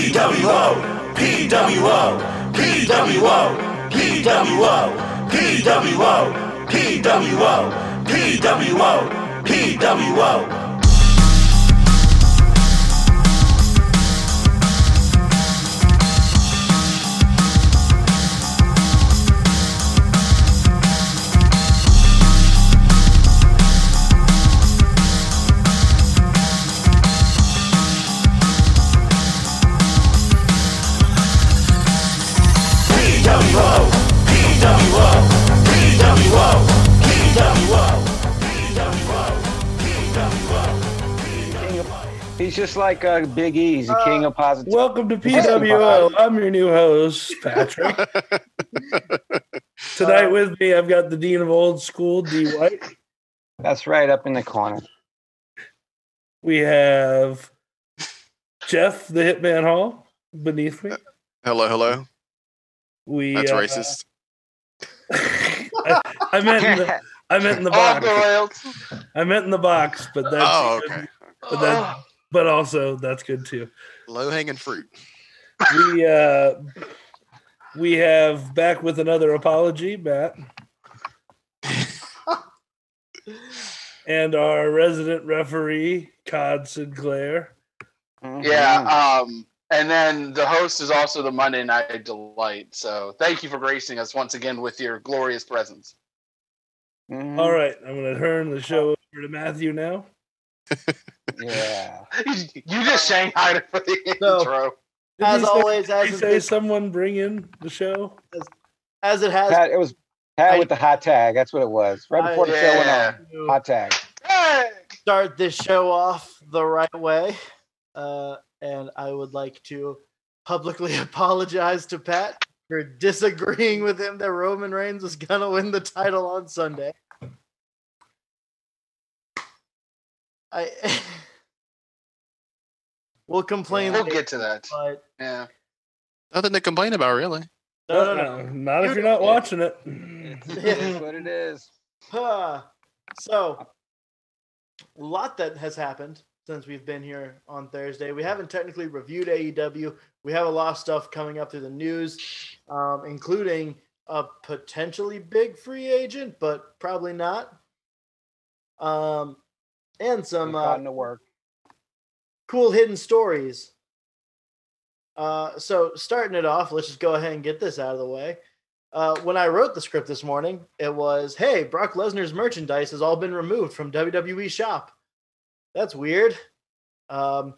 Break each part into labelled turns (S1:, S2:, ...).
S1: PWO, PWO, PWO, PWO, PWO, PWO, PWO, PWO.
S2: He's just like uh, Big E. He's the king of positivity.
S3: Welcome to PWO. I'm your new host, Patrick. Tonight
S4: Uh,
S3: with me, I've got the dean of old school, D. White.
S2: That's right up in the corner.
S3: We have Jeff, the Hitman Hall, beneath me.
S4: Hello, hello.
S3: We
S4: That's
S3: uh,
S4: racist.
S3: I, I meant in the, I meant in the
S5: Off
S3: box.
S5: the rails.
S3: I meant in the box, but that's
S4: Oh,
S3: good.
S4: okay.
S3: But that- but also that's good too.
S4: Low hanging fruit.
S3: We uh, we have back with another apology, Matt, and our resident referee, Cod Sinclair.
S2: Mhm.
S5: yeah. Um, and then the host is also the Monday Night Delight. So thank you for gracing us once again with your glorious presence.
S6: Mm-hmm.
S2: Mhm.
S3: All right, I'm going to turn the show over to Matthew now.
S2: Yeah.
S5: you just
S2: Uh,
S5: shanghaied it for the
S6: So-
S5: intro.
S3: Did
S6: As
S3: he say-
S6: always, as
S3: did he
S6: has
S3: say
S6: been-
S3: someone bring in the show?
S6: as it has,
S2: Pat, it was Pat
S6: I-
S2: with the hot tag. That's what it was. Right
S6: I-
S2: before the show went
S5: Yeah.
S2: on. Hot tag.
S5: Hey!
S6: start this show off the right way, uh, and I would like to publicly apologize to Pat for disagreeing with him that Roman Reigns was gonna win the title on Sunday. I will complain
S5: We'll
S6: later,
S5: get to that.
S6: but
S5: Yeah.
S4: Nothing to complain about, really.
S6: no, no, no.
S3: Uh-uh, Not if you're not watching it.
S6: Yeah.
S2: That's what it is.
S6: Huh. So, a lot that has happened since we've been here on Thursday. We haven't technically reviewed AEW. We have a lot of stuff coming up through the news, um, including a potentially big free agent, but probably not. Um, and
S2: We've
S6: some uh,
S2: gotten to work.
S6: cool hidden stories. Uh, so starting it off, let's just go ahead and get this out of the way. Uh, when I wrote the script this morning, it was, "Hey, Brock Lesnar's merchandise has all been removed from WWE Shop." That's weird. Um,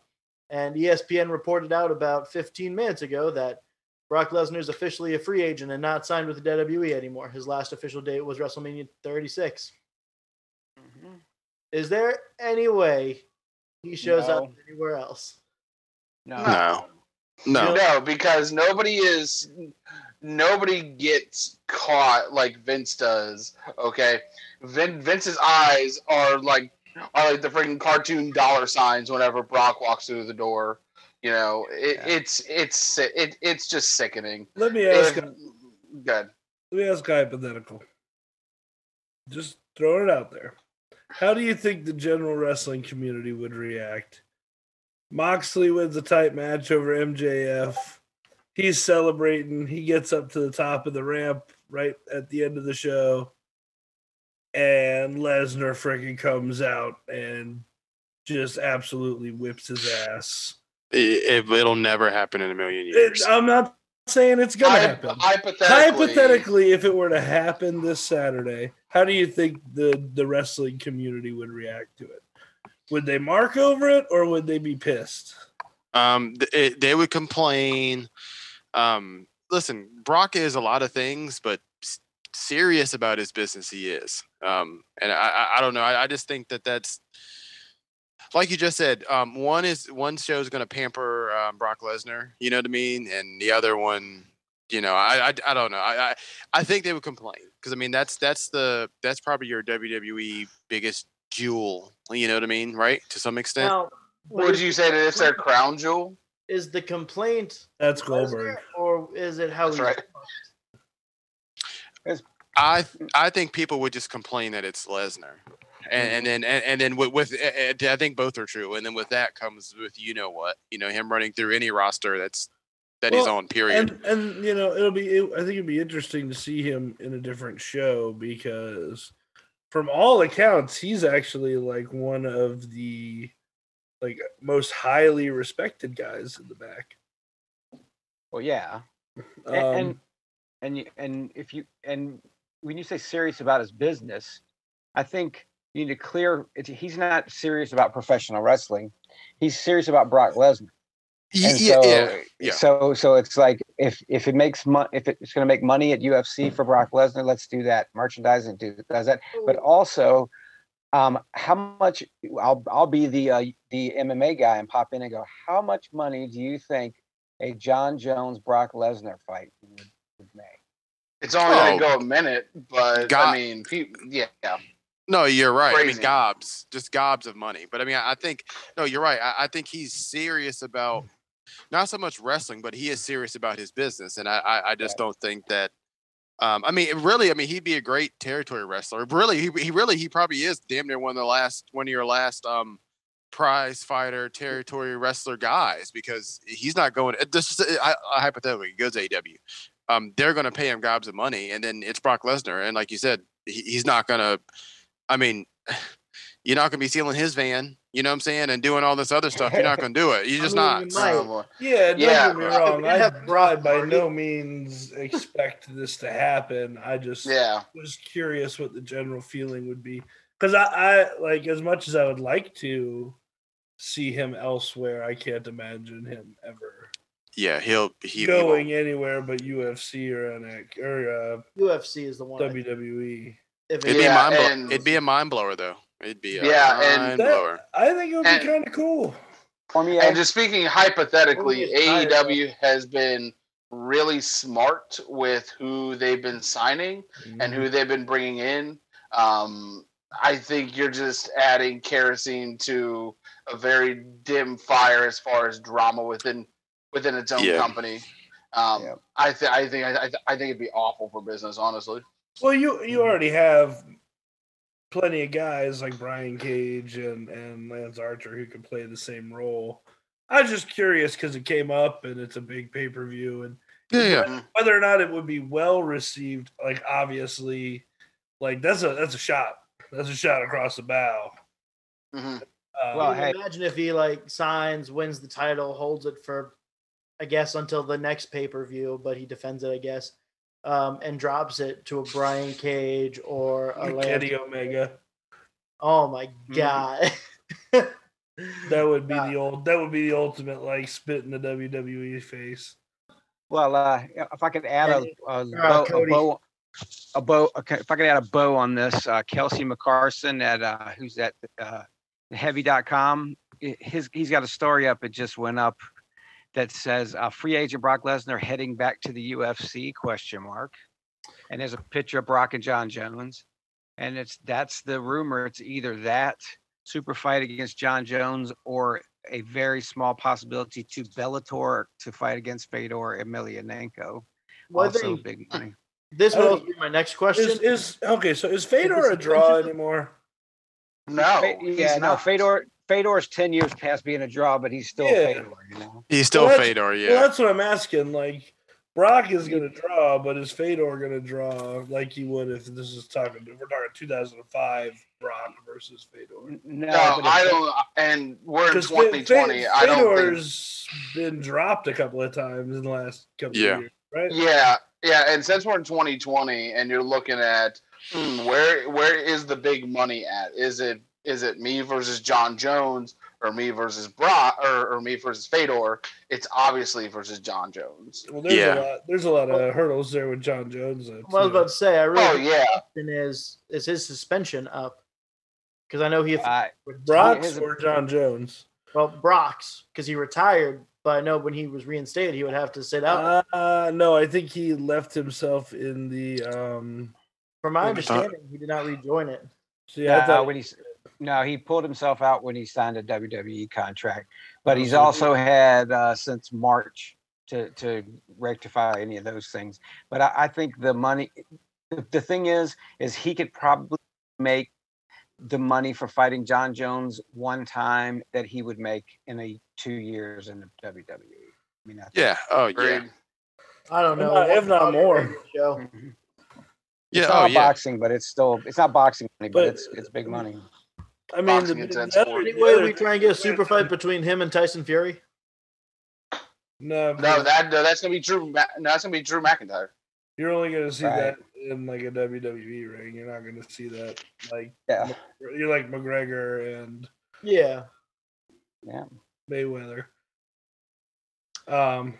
S6: and ESPN reported out about 15 minutes ago that Brock Lesnar is officially a free agent and not signed with the WWE anymore. His last official date was WrestleMania 36.
S2: Mm-hmm.
S6: Is there any way he shows up
S2: No.
S6: anywhere else?
S2: No.
S4: No. No.
S5: No, because nobody is nobody gets caught like Vince does. Okay, Vin, Vince's eyes are like are like the freaking cartoon dollar signs whenever Brock walks through the door. You know, it,
S2: Yeah.
S5: it's it's si- it, it's just sickening.
S3: Let me ask
S5: If-
S3: him.
S5: good.
S3: Let me ask a hypothetical. Just throwing it out there. How do you think the general wrestling community would react? Moxley wins a tight match over MJF. He's celebrating. He gets up to the top of the ramp right at the end of the show. And Lesnar freaking comes out and just absolutely whips his ass.
S4: It, will never happen in a million
S3: It-
S4: years.
S3: I'm not saying it's going to
S5: Hy-
S3: happen.
S5: hypothetically,
S3: Hypothetically, if it were to happen this Saturday, how do you think the the wrestling community would react to it? Would they mark over it or would they be pissed?
S4: Um, th- it, they would complain. Um, listen, Brock is a lot of things, but s- serious about his business he is. Um, and I, I, I don't know. I, I just think that that's like you just said. Um, one is one show is going to pamper um, Brock Lesnar. You know what I mean? And the other one, you know, I, I, I don't know. I, I, I think they would complain because I mean that's that's the that's probably your WWE biggest jewel. You know what I mean? Right? To some extent.
S6: Now,
S5: Would you say that it's their crown jewel?
S6: is the complaint
S3: That's
S6: Lesnar,
S3: Goldberg.
S6: or is it how
S5: That's
S6: he's-
S5: right.
S4: I I think people would just complain that it's Lesnar. and, and then and, and then with, with and I think both are true. And then with that comes with you know what you know him running through any roster that's that he's
S3: Well,
S4: on. Period.
S3: and and you know it'll be it, i think it'd be interesting to see him in a different show because from all accounts he's actually like one of the like most highly respected guys in the back
S2: Well, yeah.
S3: um,
S2: and and and, you, and if you and when you say serious about his business, I think you need to clear. It's, he's not serious about professional wrestling. He's serious about Brock Lesnar.
S4: Y-
S2: and
S4: yeah,
S2: so-
S4: yeah, yeah.
S2: So so it's like if if it makes money, if it's going to make money at UFC for Brock Lesnar, let's do that. Merchandising do does that, but also. Um, how much? I'll I'll be the uh, the MMA guy and pop in and go. How much money do you think a John Jones Brock Lesnar fight would, would make?
S5: It's only
S4: Oh.
S5: gonna go a minute, but
S4: God.
S5: I mean, peop yeah, yeah.
S4: No, you're right. I mean,
S5: Crazy.
S4: gobs, just gobs of money. But I mean, I, I think no, you're right. I, I think he's serious about not so much wrestling, but he is serious about his business, and I, I, I just don't think that. Um, I mean, really, I mean, he'd be a great territory wrestler. Really, he, he really he probably is damn near one of the last one of your last um, prize fighter territory wrestler guys because he's not going. eh, This is I, I hypothetically he goes to AEW. Um, they're going to pay him gobs of money, and then it's Brock Lesnar, and like you said, he, he's not going to I mean, you're not gonna be stealing his van, you know what I'm saying, and doing all this other stuff. You're not gonna do it. You're just
S6: mean,
S4: not.
S6: you Right.
S5: Oh, boy.
S3: yeah don't
S5: Yeah.
S3: get me wrong i,
S6: Have Brock
S3: I by
S6: Hardy.
S3: no means expect this to happen i just
S5: yeah.
S3: was curious what the general feeling would be because I, I like as much as I would like to see him elsewhere, I can't imagine him ever
S4: Yeah, he'll he.
S3: going
S4: he
S3: anywhere but UFC or NX or
S6: UFC is the
S3: uh,
S6: one. I think.
S3: WWE.
S6: If
S4: it'd be
S6: it-
S4: a
S5: Yeah,
S4: mind blow-
S5: and-
S4: It'd be a mind blower though. It'd be a
S5: Yeah, and-
S4: mind
S3: That-
S4: blower.
S3: I think it would be
S5: And-
S3: kind of cool.
S2: For me,
S5: And just speaking hypothetically,
S6: Who is hired?
S5: AEW has been really smart with who they've been signing and
S2: Mm-hmm.
S5: who they've been bringing in. Um, I think you're just adding kerosene to a very dim fire as far as drama within within its own
S4: Yeah.
S5: company. Um,
S2: Yep.
S5: I, th- I think I, th- I think it'd be awful for business, honestly.
S3: Well, you you already have plenty of guys like Brian Cage and and Lance Archer who can play the same role. I was just curious because it came up and it's a big pay per view and
S4: Yeah, yeah.
S3: whether or not it would be well received, like obviously, like that's a that's a shot. That's a shot across the bow.
S5: hmm
S6: Mm-hmm.
S3: Um,
S2: Well,
S6: I mean,
S2: hey.
S6: imagine if he like signs, wins the title, holds it for, I guess, until the next pay per view, but he defends it, I guess, um, and drops it to a Brian Cage or a
S3: like
S6: uh, Lance-
S3: Eddie Omega.
S6: Oh my
S3: Mm-hmm.
S6: god!
S3: That would be
S6: Yeah.
S3: the old. That would be the ultimate like spit in the WWE face.
S2: well, uh, if I could add a, a, bow, a
S6: Cody.
S2: bow, a bow, okay, if I could add a bow on this, uh, Kelsey McCarson at uh, who's at uh, heavy.com. i- His he's got a story up. It just went up that says uh, free agent Brock Lesnar heading back to the UFC question mark, and there's a picture of Brock and John Jones, and it's that's the rumor. It's either that super fight against John Jones or a very small possibility to Bellator to fight against Fedor Emelianenko.
S6: One
S2: also
S6: thing.
S2: big money.
S6: This will
S3: Oh.
S6: also be my next question.
S3: Is, is okay. So is Fedor a draw anymore?
S5: No,
S2: Fe-
S5: he's
S2: yeah, no,
S5: not.
S2: Fedor Fedor's ten years past being a draw, but he's still
S3: Yeah.
S2: Fedor, you know.
S4: He's still
S3: Well, that's-
S4: Fedor. Yeah.
S3: Well, that's what I'm asking. Like Brock is going to draw, but is Fedor going to draw like he would if this is talking? We're talking 2005 Brock versus Fedor.
S2: N- No,
S5: No,
S2: but
S5: I
S2: if-
S5: don't. And we're in
S3: Because
S5: 2020. I don't think
S3: Fedor's been dropped a couple of times in the last couple
S4: Yeah.
S3: of years, right?
S5: Yeah, yeah, and since we're in 2020, and you're looking at hmm, where where is the big money at? Is it is it me versus John Jones or me versus Brock or, or me versus Fedor? It's obviously versus John Jones.
S3: Well, there's
S4: Yeah.
S3: a lot. There's a lot of hurdles there with John Jones. though,
S6: Well, I was
S3: too.
S6: about to say, I really
S5: Oh yeah,
S6: question is is his suspension up? Because I know he
S2: I-
S3: With Brock's
S2: His-
S3: or John Jones.
S6: well Brock's because he retired, but I know when he was reinstated, he would have to sit out.
S3: Uh, no, I think he left himself in the. Um,
S6: From my
S4: I-
S6: understanding, he did not rejoin it.
S3: so yeah, I
S2: uh,
S3: thought-
S2: when he's no, he pulled himself out when he signed a WWE contract,
S5: Oh,
S2: but he's
S3: Okay.
S2: also had uh, since March to to rectify any of those things. But I, I think the money, the, the thing is, is he could probably make the money for fighting John Jones one time that he would make in a two years in the WWE. I mean, I think-
S4: Yeah. Oh yeah.
S5: Agreed.
S6: I don't know.
S3: If not- if not more.
S6: Show.
S4: Yeah.
S2: It's
S4: Oh
S2: not
S4: yeah.
S2: boxing, but it's still it's not boxing money, but,
S3: But-
S2: it's it's big money.
S3: I mean, the,
S5: Boxing is that
S3: the other-
S5: sport.
S3: the
S6: Anyway,
S3: other-
S6: we try and get a super fight between him and Tyson Fury.
S3: No,
S5: No, that no, that's gonna be Drew. Ma- no, that's gonna be Drew McIntyre.
S3: you're only gonna see
S2: Right.
S3: that in like a WWE ring. You're not gonna see that like
S2: Yeah.
S3: you're like McGregor and
S6: Yeah.
S3: Mayweather. Um,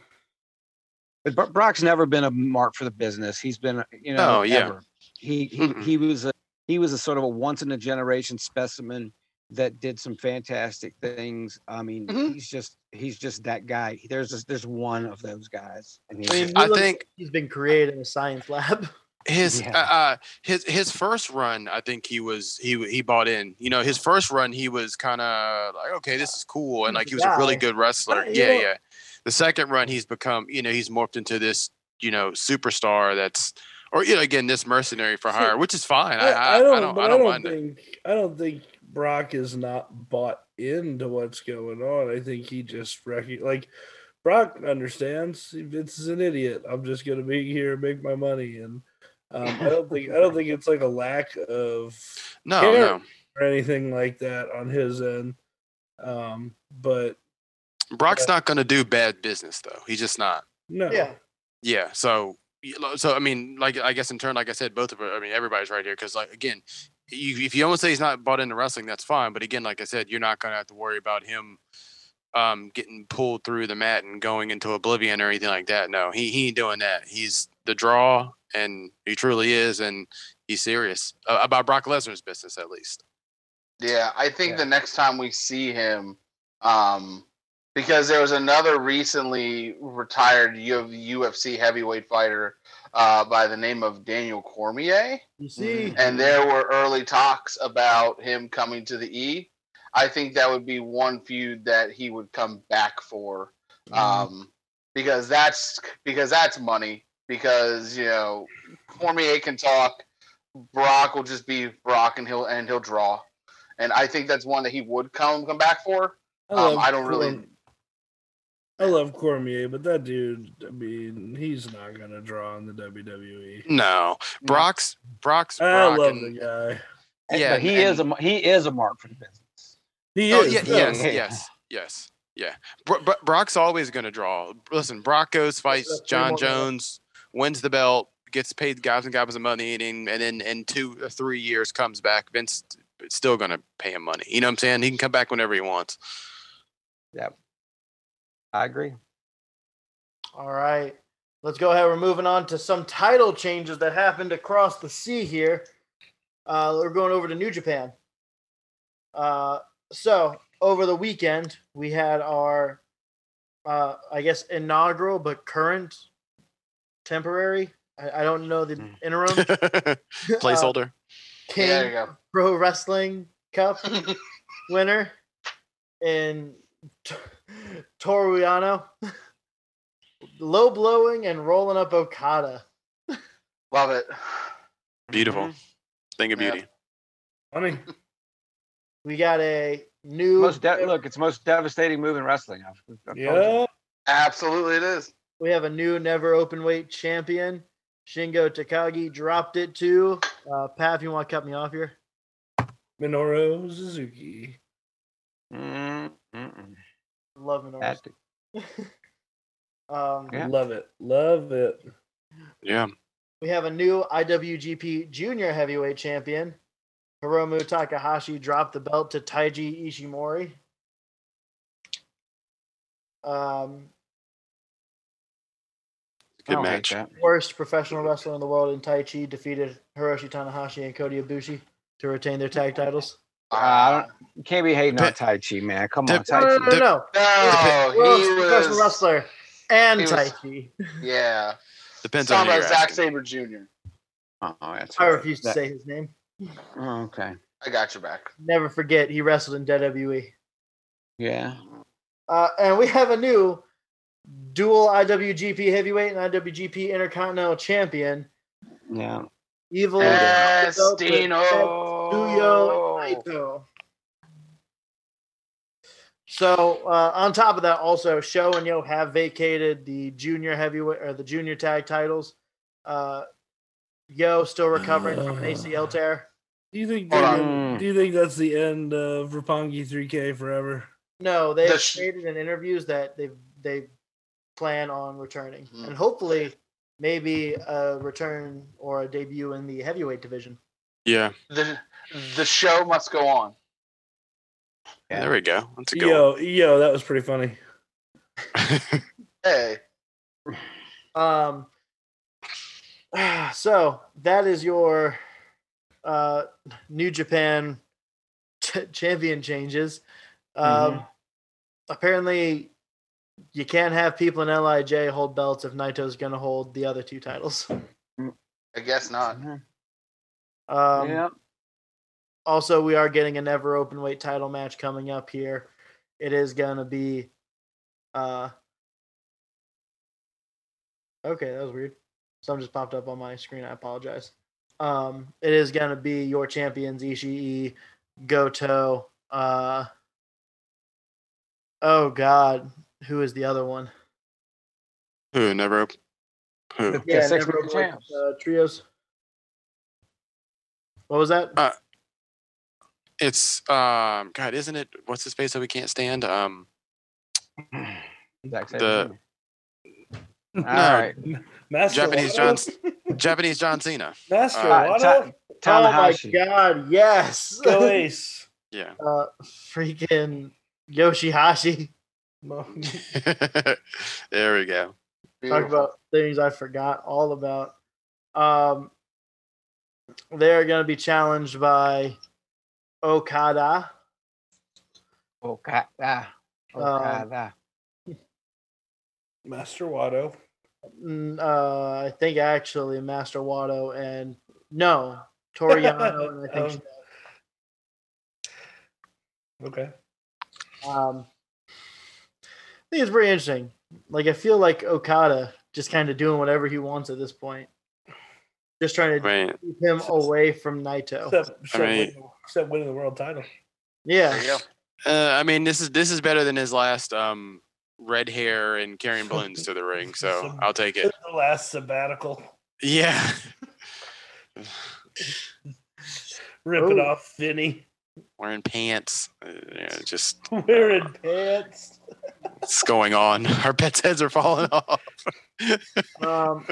S2: But Bro- Brock's never been a mark for the business. He's been, you know,
S4: Oh, yeah.
S2: ever. He he,
S4: Mm-mm.
S2: he was a he was a sort of a once in a generation specimen that did some fantastic things. I mean,
S4: Mm-hmm.
S5: Mhm.
S2: he's just he's just that guy. There's just, there's one of those guys. And he's
S6: I mean,
S2: just-
S4: I
S6: he looks-
S4: think-
S6: he's been created in a science lab.
S4: His
S2: Yeah.
S4: uh, uh, his his first run, I think he was he he bought in. You know, his first run, he was kind of like, okay, this is cool, and like he was a really
S6: Yeah.
S4: good wrestler.
S6: Yeah, you
S4: Yeah,
S6: know-
S4: yeah. The second run, he's become, you know, he's morphed into this, you know, superstar. That's or you know, again, this mercenary for
S3: See,
S4: hire, which is fine. I,
S3: I,
S4: I, I
S3: don't,
S4: don't, I don't,
S3: but I don't
S4: mind it.
S3: think I don't think Brock is not bought into what's going on. I think he just rec- like Brock understands Vince is an idiot. I'm just gonna be here, and make my money, and um, I don't think I don't think it's like a lack of
S4: No,
S3: care.
S4: no.
S3: or anything like that on his end. Um, but
S4: Brock's not going to do bad business though. He's just not.
S3: no,
S6: Yeah.
S4: Yeah. So, you know, so I mean, like I guess in turn, like I said, both of uh, I mean, everybody's right here because, like, again, you, if you don't say he's not bought into wrestling, that's fine. But again, like I said, you're not going to have to worry about him um, getting pulled through the mat and going into oblivion or anything like that. No, he he ain't doing that. He's the draw, and he truly is, and he's serious uh, about Brock Lesnar's business at least.
S5: Yeah, I think
S2: Yeah.
S5: the next time we see him, um, because there was another recently retired U- UFC heavyweight fighter uh, by the name of Daniel Cormier,
S3: Mm-hmm.
S6: You see?
S5: and there were early talks about him coming to the E. I think that would be one feud that he would come back for, um, because that's because that's money. Because you know, Cormier can talk. Brock will just be Brock, and he'll and he'll draw. And I think that's one that he would come come back for. Um, I don't really.
S3: Corm- I love Cormier, but that dude, I mean, he's not gonna draw in the WWE.
S4: No, Brock's Brock's.
S3: I
S4: Brock
S3: love
S4: and-
S3: the guy.
S4: yeah,
S2: but he
S4: and-
S2: is a mar- he is a mark for the business.
S3: He
S4: Oh,
S3: is.
S4: yeah,
S3: no.
S4: yes,
S2: Yeah.
S4: yes, yes, yeah. Bro- Bro- Brock's always going to draw. Listen, Brock goes, fights
S6: three
S4: John
S6: more minutes.
S4: Jones, wins the belt, gets paid gobs and gobs of money, and then and then in two or three years comes back. Vince is still going to pay him money. You know what I'm saying? He can come back whenever he wants.
S2: I agree.
S6: All right. Let's go ahead. We're moving on to some title changes that happened across the sea here. Uh, we're going over to New Japan. Uh, so, over the weekend, we had our, uh, I guess, inaugural but current temporary. I, I don't know the
S2: Mm.
S6: interim. uh,
S4: Placeholder.
S6: King
S5: there you go.
S6: Pro Wrestling Cup winner in T- Toriano. Low blowing and rolling up Okada.
S5: Love it.
S4: Beautiful
S2: Mm-hmm.
S4: thing of
S5: Yeah.
S4: beauty.
S3: Funny.
S6: We got a new
S2: Most de- look, it's the most devastating move in wrestling. I've, I've told you.
S3: Yeah.
S5: Absolutely, it is.
S6: we have a new never open weight champion. Shingo Takagi dropped it to uh Pav, you want to cut me off here?
S3: Minoru Suzuki.
S2: Mm, mm-mm.
S6: Love Minoru.
S2: That-
S6: Um
S2: Yeah.
S3: Love it. Love it.
S4: Yeah.
S6: we have a new IWGP junior heavyweight champion. Hiromu Takahashi dropped the belt to Taiji Ishimori. Um,
S2: I
S4: Good
S2: don't hate
S4: match.
S2: that.
S6: worst professional wrestler in the world in Tai Chi defeated Hiroshi Tanahashi and Kota Ibushi to retain their tag titles.
S2: Uh, I don't, you can't be hating on
S4: Dep-
S2: Tai Chi, man. Come
S4: Dep-
S2: on, Tai
S6: No, no, no,
S2: Chi.
S6: no, no.
S5: No, Oh, he
S6: Worst professional
S5: was.
S6: wrestler and
S5: he was-
S6: Tai Chi.
S5: Yeah.
S4: Depends on
S5: Talking
S4: who
S5: about
S4: you're
S5: Zack
S4: asking.
S5: Saber Jr.
S2: Oh, that's
S6: I
S2: right.
S6: refuse to
S2: That-
S6: say his name.
S2: Oh, okay.
S5: I got your back.
S6: Never forget he wrestled in E. WWE.
S2: Yeah.
S6: Uh, and we have a new dual IWGP heavyweight and IWGP intercontinental champion.
S2: Yeah.
S6: Evil
S2: Yeah.
S6: Belt to
S5: Destino.
S6: Yuyo and Naito. So uh, on top of that, also Show and Yo have vacated the junior heavyweight or the junior tag titles. Uh, Yo still recovering from an ACL tear.
S3: Do you think?
S5: Hold
S6: Um,
S2: on.
S3: Do you think that's the end of Rapongi 3K forever?
S6: No, they've
S5: The sh-
S6: stated in interviews that they they plan on returning
S5: Mhm.
S6: and hopefully maybe a return or a debut in the heavyweight division.
S4: Yeah.
S5: The the show must go on.
S2: Yeah.
S4: There we go. That's a good
S3: Yo, yo, that was pretty funny.
S4: one.
S5: Hey,
S6: Um, so that is your uh, New Japan ch- champion changes. Um,
S5: Mm-hmm.
S6: Apparently, you can't have people in Lij hold belts if Naito's going to hold the other two titles.
S5: I guess not.
S6: Um,
S2: yeah.
S6: Also, we are getting a never open weight title match coming up here. It is going to be. Uh, okay, that was weird. Something just popped up on my screen. I apologize. Um, it is going to be your champions Ishii, Goto. Uh, oh, God. Who is the other one?
S4: who never? Who?
S2: Yeah, six
S6: never
S2: man
S6: open weight,
S2: champs.
S6: uh, trios. What was that?
S4: Uh, It's um. God, isn't it? What's his face that we can't stand? Um.
S2: Zack Sabre
S4: The-
S2: Jr. All right.
S3: Master
S4: Japanese
S3: Wado?
S4: John. Japanese John Cena.
S3: Master
S4: Uh,
S3: Wado?
S6: Oh
S2: Tanahashi.
S6: my god, yes.
S3: Go Ace.
S4: Yeah.
S6: uh, freaking Yoshihashi.
S4: there we go.
S6: Talk
S5: Beautiful.
S6: about things I forgot all about. Um, they are going to be challenged by Okada. Oh,
S2: Okada.
S6: Um,
S2: Okada.
S3: Master Wado.
S6: Mm, Uh, I think actually Master Wado and no Toriano. and I think
S3: Um, Okay.
S6: Um, I think it's pretty interesting. Like I feel like Okada just kind of doing whatever he wants at this point, just trying to
S4: Right.
S6: keep him away from Naito.
S3: Except, except, winning, except winning the world title.
S6: Yeah,
S5: There you go.
S4: Uh, I mean, this is this is better than his last um red hair and carrying balloons to the ring. So I'll take it.
S3: The last sabbatical.
S4: Yeah.
S3: Ripping
S6: Oh.
S3: off Finney.
S4: Wearing pants. Uh, yeah, just
S3: Wearing pants.
S4: what's going on? Our pets' heads are falling off.
S6: Um,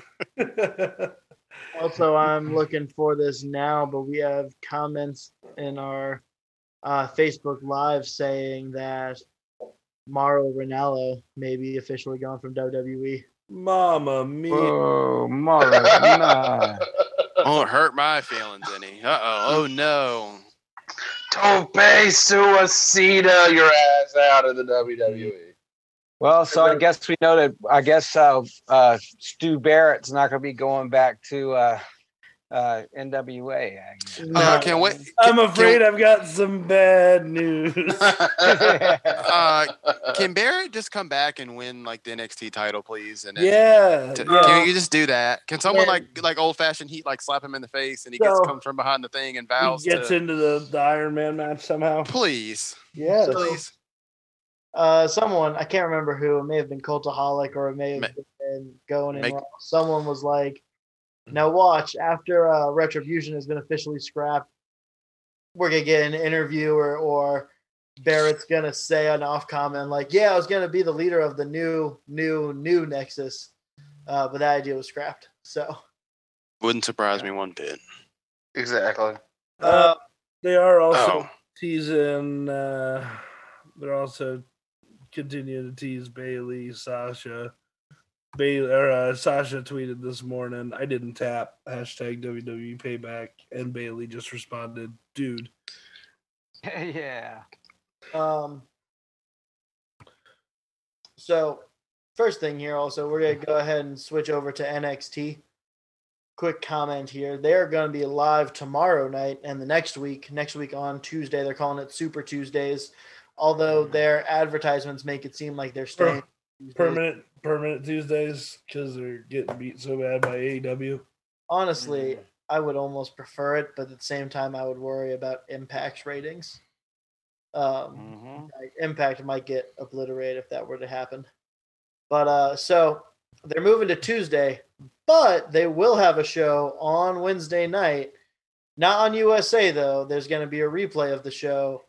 S6: also, I'm looking for this now, but we have comments in our uh, Facebook Live saying that Mauro Ranallo may be officially gone from E. WWE.
S3: Mama mia.
S2: Oh, Mara. nah.
S4: Won't hurt my feelings any. Uh oh. Oh no.
S5: Tope Suicida your ass out of the E. WWE.
S2: Well, so I
S5: Everybody-
S2: guess we know that. I guess uh, uh, Stu Barrett's not going to be going back to uh, uh, NWA. I guess.
S4: Uh, can wait.
S3: I'm afraid I've got some bad news.
S4: Uh, can Barrett just come back and win like the NXT title, please? And then-
S3: yeah.
S4: T-
S3: yeah.
S4: Can you just do that? Can someone
S6: Yeah.
S4: like like old fashioned heat like slap him in the face and he gets
S6: So-
S4: comes from behind the thing and
S3: He
S4: vows
S3: gets
S4: to
S3: into the, the Iron Man match somehow.
S4: please,
S3: Yeah.
S6: So-
S4: please.
S6: uh, someone I can't remember who it may have been Cultaholic or it may have
S4: Ma-
S6: been going and
S4: make-
S6: Raw. someone was like, "Now watch after uh, Retribution has been officially scrapped, we're gonna get an interview or or Barrett's gonna say an off comment like, yeah, I was gonna be the leader of the new new new Nexus, uh, but that idea was scrapped." So
S4: Wouldn't surprise me one bit.
S5: exactly.
S3: Uh, they are also
S4: Oh,
S3: teasing. Uh, they're also continuing to tease Bailey, Sasha. Bailey or uh, Sasha tweeted this morning. I didn't tap hashtag WWE payback, and Bailey just responded, "Dude,
S2: yeah.
S6: Um, so, first thing here, also, we're going to go ahead and switch over to NXT. Quick comment here. They're going to be live tomorrow night and the next week. Next week on Tuesday, they're calling it Super Tuesdays, although their advertisements make it seem like they're staying. Tuesdays.
S3: permanent, E permanent Tuesdays," because they're getting beat so bad by AEW.
S6: Honestly, I would almost prefer it, but at the same time, I would worry about Impact's ratings. Um,
S2: Mhm.
S6: like, Impact might get obliterated if that were to happen. But uh, so they're moving to Tuesday, but they will have a show on Wednesday night. Not on USA though. There's going to be a replay of the show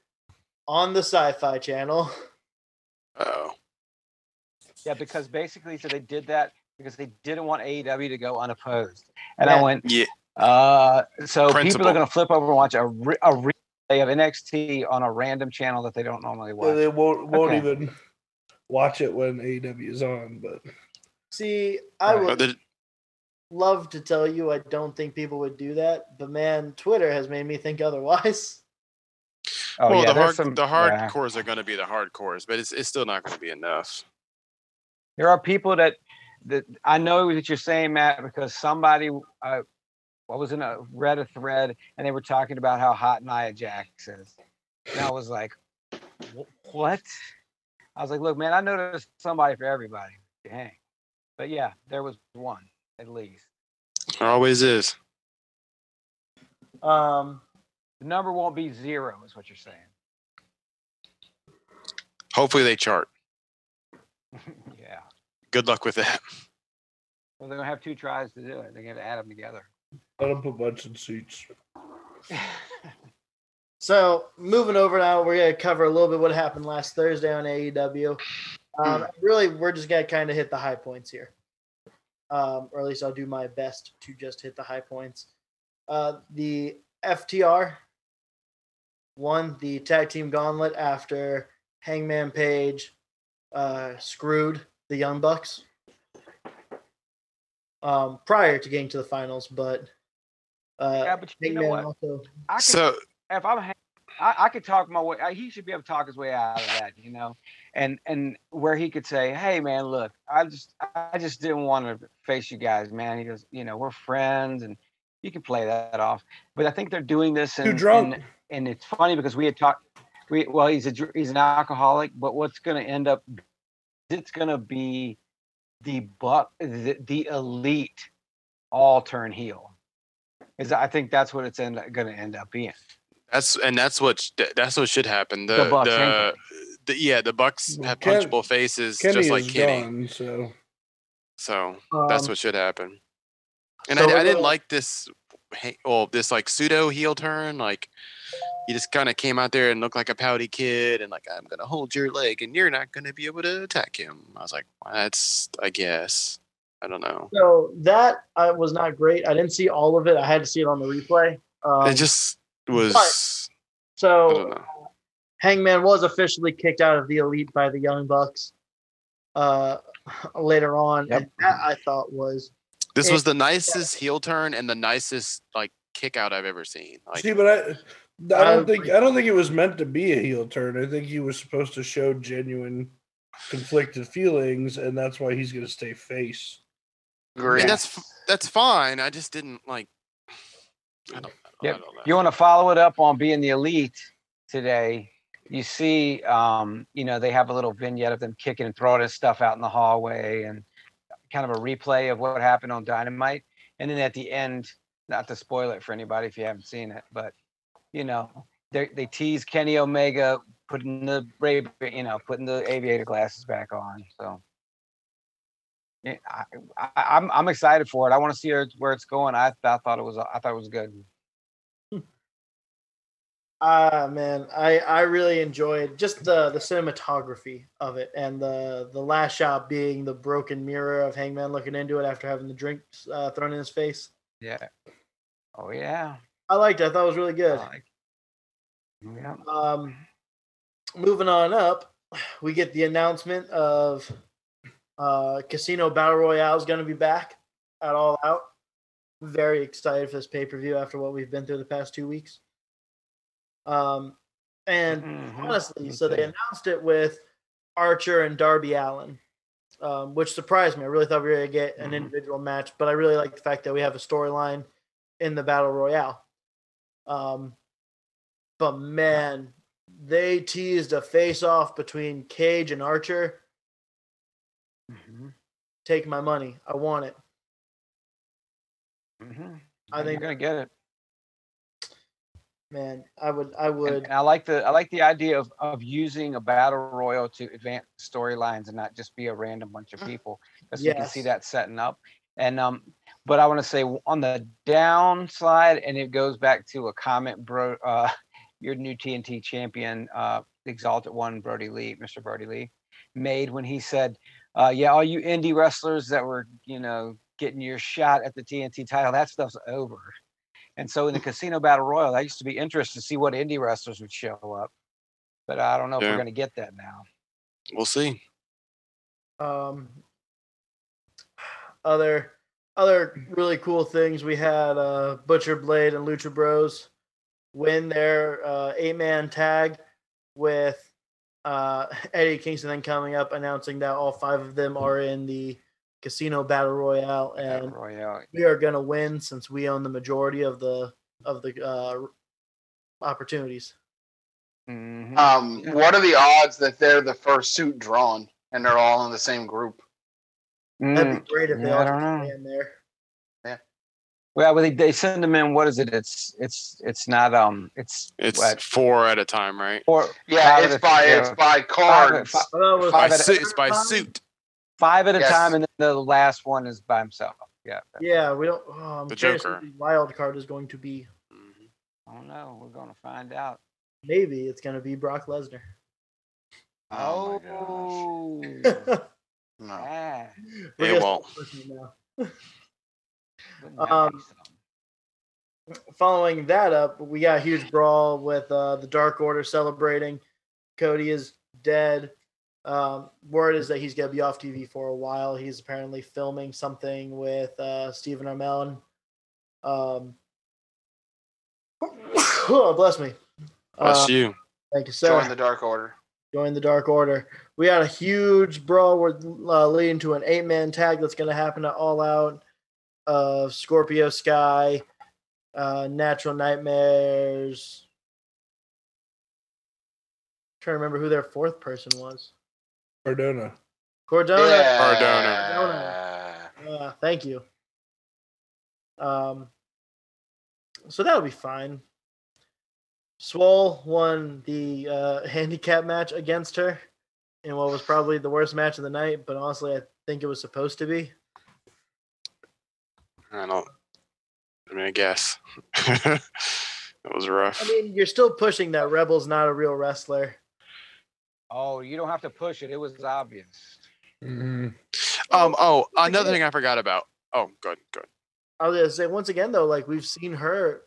S6: on the Sci-Fi Channel.
S4: Oh,
S2: Yeah, because basically, so they did that because they didn't want AEW to go unopposed. And I
S6: Yeah.
S2: went,
S4: yeah.
S2: uh, so people
S4: Principle.
S2: are going to flip over and watch a, re- a replay of NXT on a random channel that they don't normally
S3: Well,
S2: watch.
S3: they won't won't
S2: Okay.
S3: even watch it when AEW is on, but
S6: See, I
S2: Right.
S6: would
S4: But Oh, the-
S6: love to tell you I don't think people would do that, but man, Twitter has made me think otherwise.
S2: Oh,
S4: well,
S2: yeah,
S4: the
S2: there's
S4: hard,
S2: some-
S4: the
S2: yeah.
S4: hardcores are going to be the hardcores, but it's it's still not going to be enough.
S2: There are people that that I know that you're saying, Matt, because somebody uh, I was in a read a thread and they were talking about how hot Nia Jax is, and I was like, "Wh- what? I was like, look, man, I know there's somebody for everybody. Dang, but yeah, there was one at least.
S4: There always is.
S6: Um,
S2: The number won't be zero, is what you're saying.
S4: Hopefully they chart.
S2: yeah,
S4: Good luck with that.
S2: well, they're gonna have two tries to do it. They're gonna add them together.
S3: let them put bunch in seats.
S6: So moving over now, we're gonna cover a little bit what happened last Thursday on AEW. Um,
S2: Hmm.
S6: really, we're just gonna kind of hit the high points here, um, or at least I'll do my best to just hit the high points. Uh, the FTR won the tag team gauntlet after Hangman Page uh, screwed the Young Bucks um, prior to getting to the finals, but uh,
S2: Yeah, but you know what?
S6: Hangman also
S2: I can
S4: So
S2: if I'm, hang- I, I could talk my way. I, he should be able to talk his way out of that, you know, and and where he could say, "Hey, man, look, I just, I just didn't want to face you guys, man." He goes, "You know, we're friends, and you can play that off." But I think they're doing this, and
S3: Too drunk.
S2: and, and it's funny because we had talked. We well, he's a dr- he's an alcoholic, but what's going to end up? It's going to be the buck, the, the elite, all turn heel. Is I think that's what it's end, going to end up being.
S4: that's and that's what sh- that's what should happen. The
S2: The
S4: the,
S2: Bucks,
S4: the, yeah, the Bucks
S3: Well,
S4: have
S3: Ken-
S4: punchable faces
S3: Kenny
S4: just like
S3: is
S4: Kenny.
S3: gone, so
S4: So that's
S6: um,
S4: what should happen. And
S6: so
S4: I, I
S6: we're
S4: didn't
S6: gonna-
S4: like this, he- well, this like pseudo heel turn. Like he just kind of came out there and looked like a pouty kid, and like I'm gonna hold your leg, and you're not gonna be able to attack him. I was like, that's, I guess, I don't know.
S6: So that uh, was not great. I didn't see all of it. I had to see it on the replay. Um,
S4: it just Oh. was. I don't
S6: so
S4: know.
S6: Hangman was officially kicked out of the elite by the Young Bucks uh, later on,
S2: Yep.
S6: and that I thought was
S4: This
S6: it-
S4: was the nicest heel turn and the nicest like kick out I've ever seen. Like,
S3: see, but I, I
S6: I
S3: don't think I don't think it was meant to be a heel turn. I think he was supposed to show genuine conflicted feelings, and that's why he's going to stay face.
S4: I
S5: Agree.
S4: mean, that's f- that's fine. I just didn't like. I don't, I
S2: Yep.
S4: don't know.
S2: you want to follow it up on being the elite today you see um you know they have a little vignette of them kicking and throwing stuff out in the hallway and kind of a replay of what happened on dynamite and then at the end not to spoil it for anybody if you haven't seen it but you know they they tease kenny omega putting the brave you know putting the aviator glasses back on so yeah, I, I, I'm I'm excited for it. I want to see where it's- where it's going. I, I thought it was I thought it was good.
S6: Ah man, I I really enjoyed just the the cinematography of it, and the the last shot being the broken mirror of Hangman looking into it after having the drinks uh, thrown in his face.
S2: Yeah. Oh yeah.
S6: I liked it. I thought it was really good.
S2: Like- yeah.
S6: Um, moving on up, we get the announcement of uh, Casino Battle Royale is going to be back at All Out. Very excited for this pay per view after what we've been through the past two weeks. Um, and
S2: Mhm.
S6: honestly, so they
S2: Okay.
S6: announced it with Archer and Darby Allen, um, which surprised me. I really thought we were going to get an
S2: Mhm.
S6: individual match, but I really like the fact that we have a storyline in the Battle Royale. Um, but man, they teased a face off between Cage and Archer.
S2: Mhm.
S6: Take my money. I want it.
S2: Mhm.
S6: I
S2: you're
S6: think,
S2: gonna get it.
S6: man, I would, I would.
S2: And I like the I like the idea of of using a battle royal to advance storylines and not just be a random bunch of people. Because you can see
S6: Uh, Yes.
S2: that setting up. And um, but I want to say on the downside, and it goes back to a comment, bro. Uh, your new TNT champion, uh, Exalted One, Brody Lee, Mr. Brody Lee, made when he said, uh, "Yeah, all you indie wrestlers that were, you know, getting your shot at the TNT title, that stuff's over." And so in the Casino Battle Royal, I used to be interested to see what indie wrestlers would show up, but I don't know if
S4: Yeah.
S2: we're going to get that now.
S4: We'll see.
S6: um other other really cool things we had uh butcher blade and lucha bros win their uh eight man tag with uh eddie kingston then coming up announcing that all five of them are in the casino battle royale
S2: Battle
S6: and
S2: Royale.
S6: we are going to win since we own the majority of the of the uh opportunities
S2: Mhm.
S5: Um, what are the odds that they're the first suit drawn and they're all in the same group?
S2: Mm.
S6: that'd be great if they
S2: yeah, I
S6: all
S2: don't
S6: just
S2: know.
S6: ran there
S2: Well, they, they send them in. What is it? It's it's it's not um it's
S4: It's
S2: what,
S4: four at a time, right?
S2: four
S5: Yeah,
S2: Five
S5: it's
S2: of the-
S5: by
S2: yeah.
S5: it's by cards.
S2: five-
S6: Although it was
S4: By
S2: Five at a-
S4: suit. It's by suit.
S2: five at a
S5: Yes.
S2: time, and then the last one is by himself. Yeah,
S6: Yeah, we don't. Oh, I'm
S4: The
S6: curious
S4: Joker.
S6: what the wild card is going to be.
S4: Mhm.
S2: I don't know. We're going to find out.
S6: Maybe it's going to be Brock Lesnar.
S5: Oh my
S2: Oh,
S5: No.
S2: yeah.
S6: We're
S4: It
S6: gonna
S4: won't.
S6: start listening now.
S2: Wouldn't that be
S6: Um,
S2: something?
S6: Following that up, we got a huge brawl with uh, the Dark Order celebrating. Cody is dead. Um, word is that he's going to be off TV for a while. He's apparently filming something with uh, Stephen Amell. Um, oh, bless me.
S4: Bless
S6: Uh,
S4: you.
S6: Thank you, sir.
S5: Join the Dark Order.
S6: join the Dark Order. We had a huge brawl with, uh, leading to an eight man tag that's going to happen at All Out of Scorpio Sky, uh, Natural Nightmares. trying to remember who their fourth person was.
S3: Cardona.
S6: Cordona.
S5: Yeah.
S6: Uh, thank you. Um, so that'll be fine. Swole won the uh, handicap match against her in what was probably the worst match of the night, but honestly, I think it was supposed to be.
S4: I don't. I mean, I guess that was rough.
S6: I mean, you're still pushing that Rebel's not a real wrestler.
S2: Oh, you don't have to push it. It was obvious.
S3: Mhm.
S4: Um. Oh,
S6: I
S4: another
S6: guess-
S4: thing I forgot about. Oh, good, good.
S6: I was gonna say once again though, like we've seen her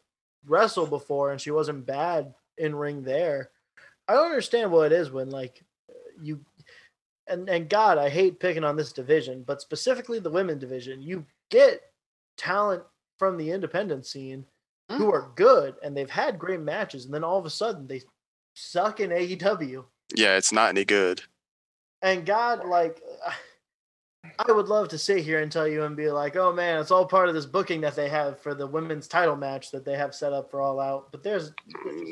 S6: wrestle before, and she wasn't bad in ring there. I don't understand what it is when like you and and God, I hate picking on this division, but specifically the women division. You get talent from the independent scene who are good and they've had great matches, and then all of a sudden they suck in E AEW.
S4: Yeah, it's not any good.
S6: And God, like, I would love to sit here and tell you and be like, oh man, it's all part of this booking that they have for the women's title match that they have set up for All Out. But there's,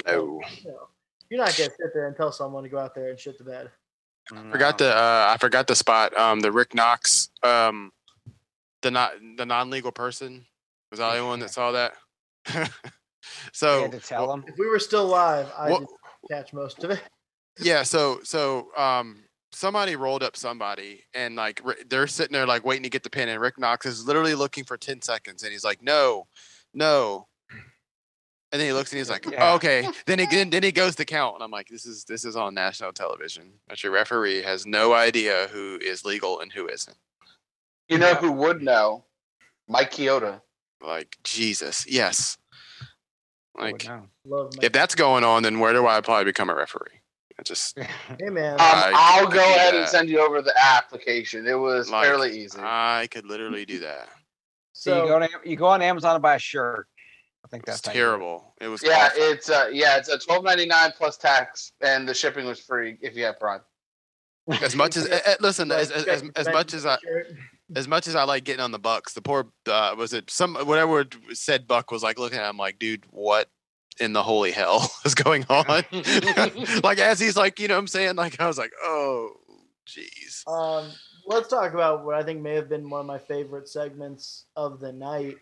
S4: No.
S6: you know, you're not going to sit there and tell someone to go out there and shit the bed.
S4: Forgot the uh, I forgot the spot. Um, the Rick Knox, um, the not the non legal person was I the only one that saw that.
S2: No.
S4: so
S2: You
S4: Oh,
S2: had to tell them.
S6: If we were still live, I
S4: What-
S6: didn't catch most of it.
S4: yeah so so um somebody rolled up somebody and like Ri- they're sitting there like waiting to get the pin and rick knox is literally looking for 10 seconds and he's like no no and then he looks and he's like
S2: Yeah.
S4: okay then he then, then he goes to count and i'm like this is this is on national television but your referee has no idea who is legal and who isn't
S5: You know who would know? Mike Kyoto.
S4: like jesus yes
S2: I would
S4: like
S2: know.
S6: Love my
S4: if that's going on then where do i apply to become a referee i just
S6: hey man.
S5: Um,
S4: I
S5: I'll
S4: could
S5: go
S4: do
S5: ahead and
S4: that.
S5: send you over the application. It was
S4: Like, uh,
S5: fairly easy.
S4: i could literally do that
S2: So you go
S6: So-
S2: to you go on Amazon and buy a shirt. I think that's
S4: It's
S2: how you do it.
S4: terrible. It was
S5: yeah,
S4: awful.
S5: it's uh, yeah, it's a twelve ninety nine plus tax, and the shipping was free if you have Prime.
S4: as much as eh, eh, listen,
S6: like,
S4: as, as, as, as
S6: check
S4: much as I
S6: shirt.
S4: as much as I like getting on the Bucks, the poor uh, was it some whatever it said Buck was like looking at him like, dude, what in the holy hell is going on? like as he's like, you know, what I'm saying like I was like, oh, jeez.
S6: Um, let's talk about what I think may have been one of my favorite segments of the night,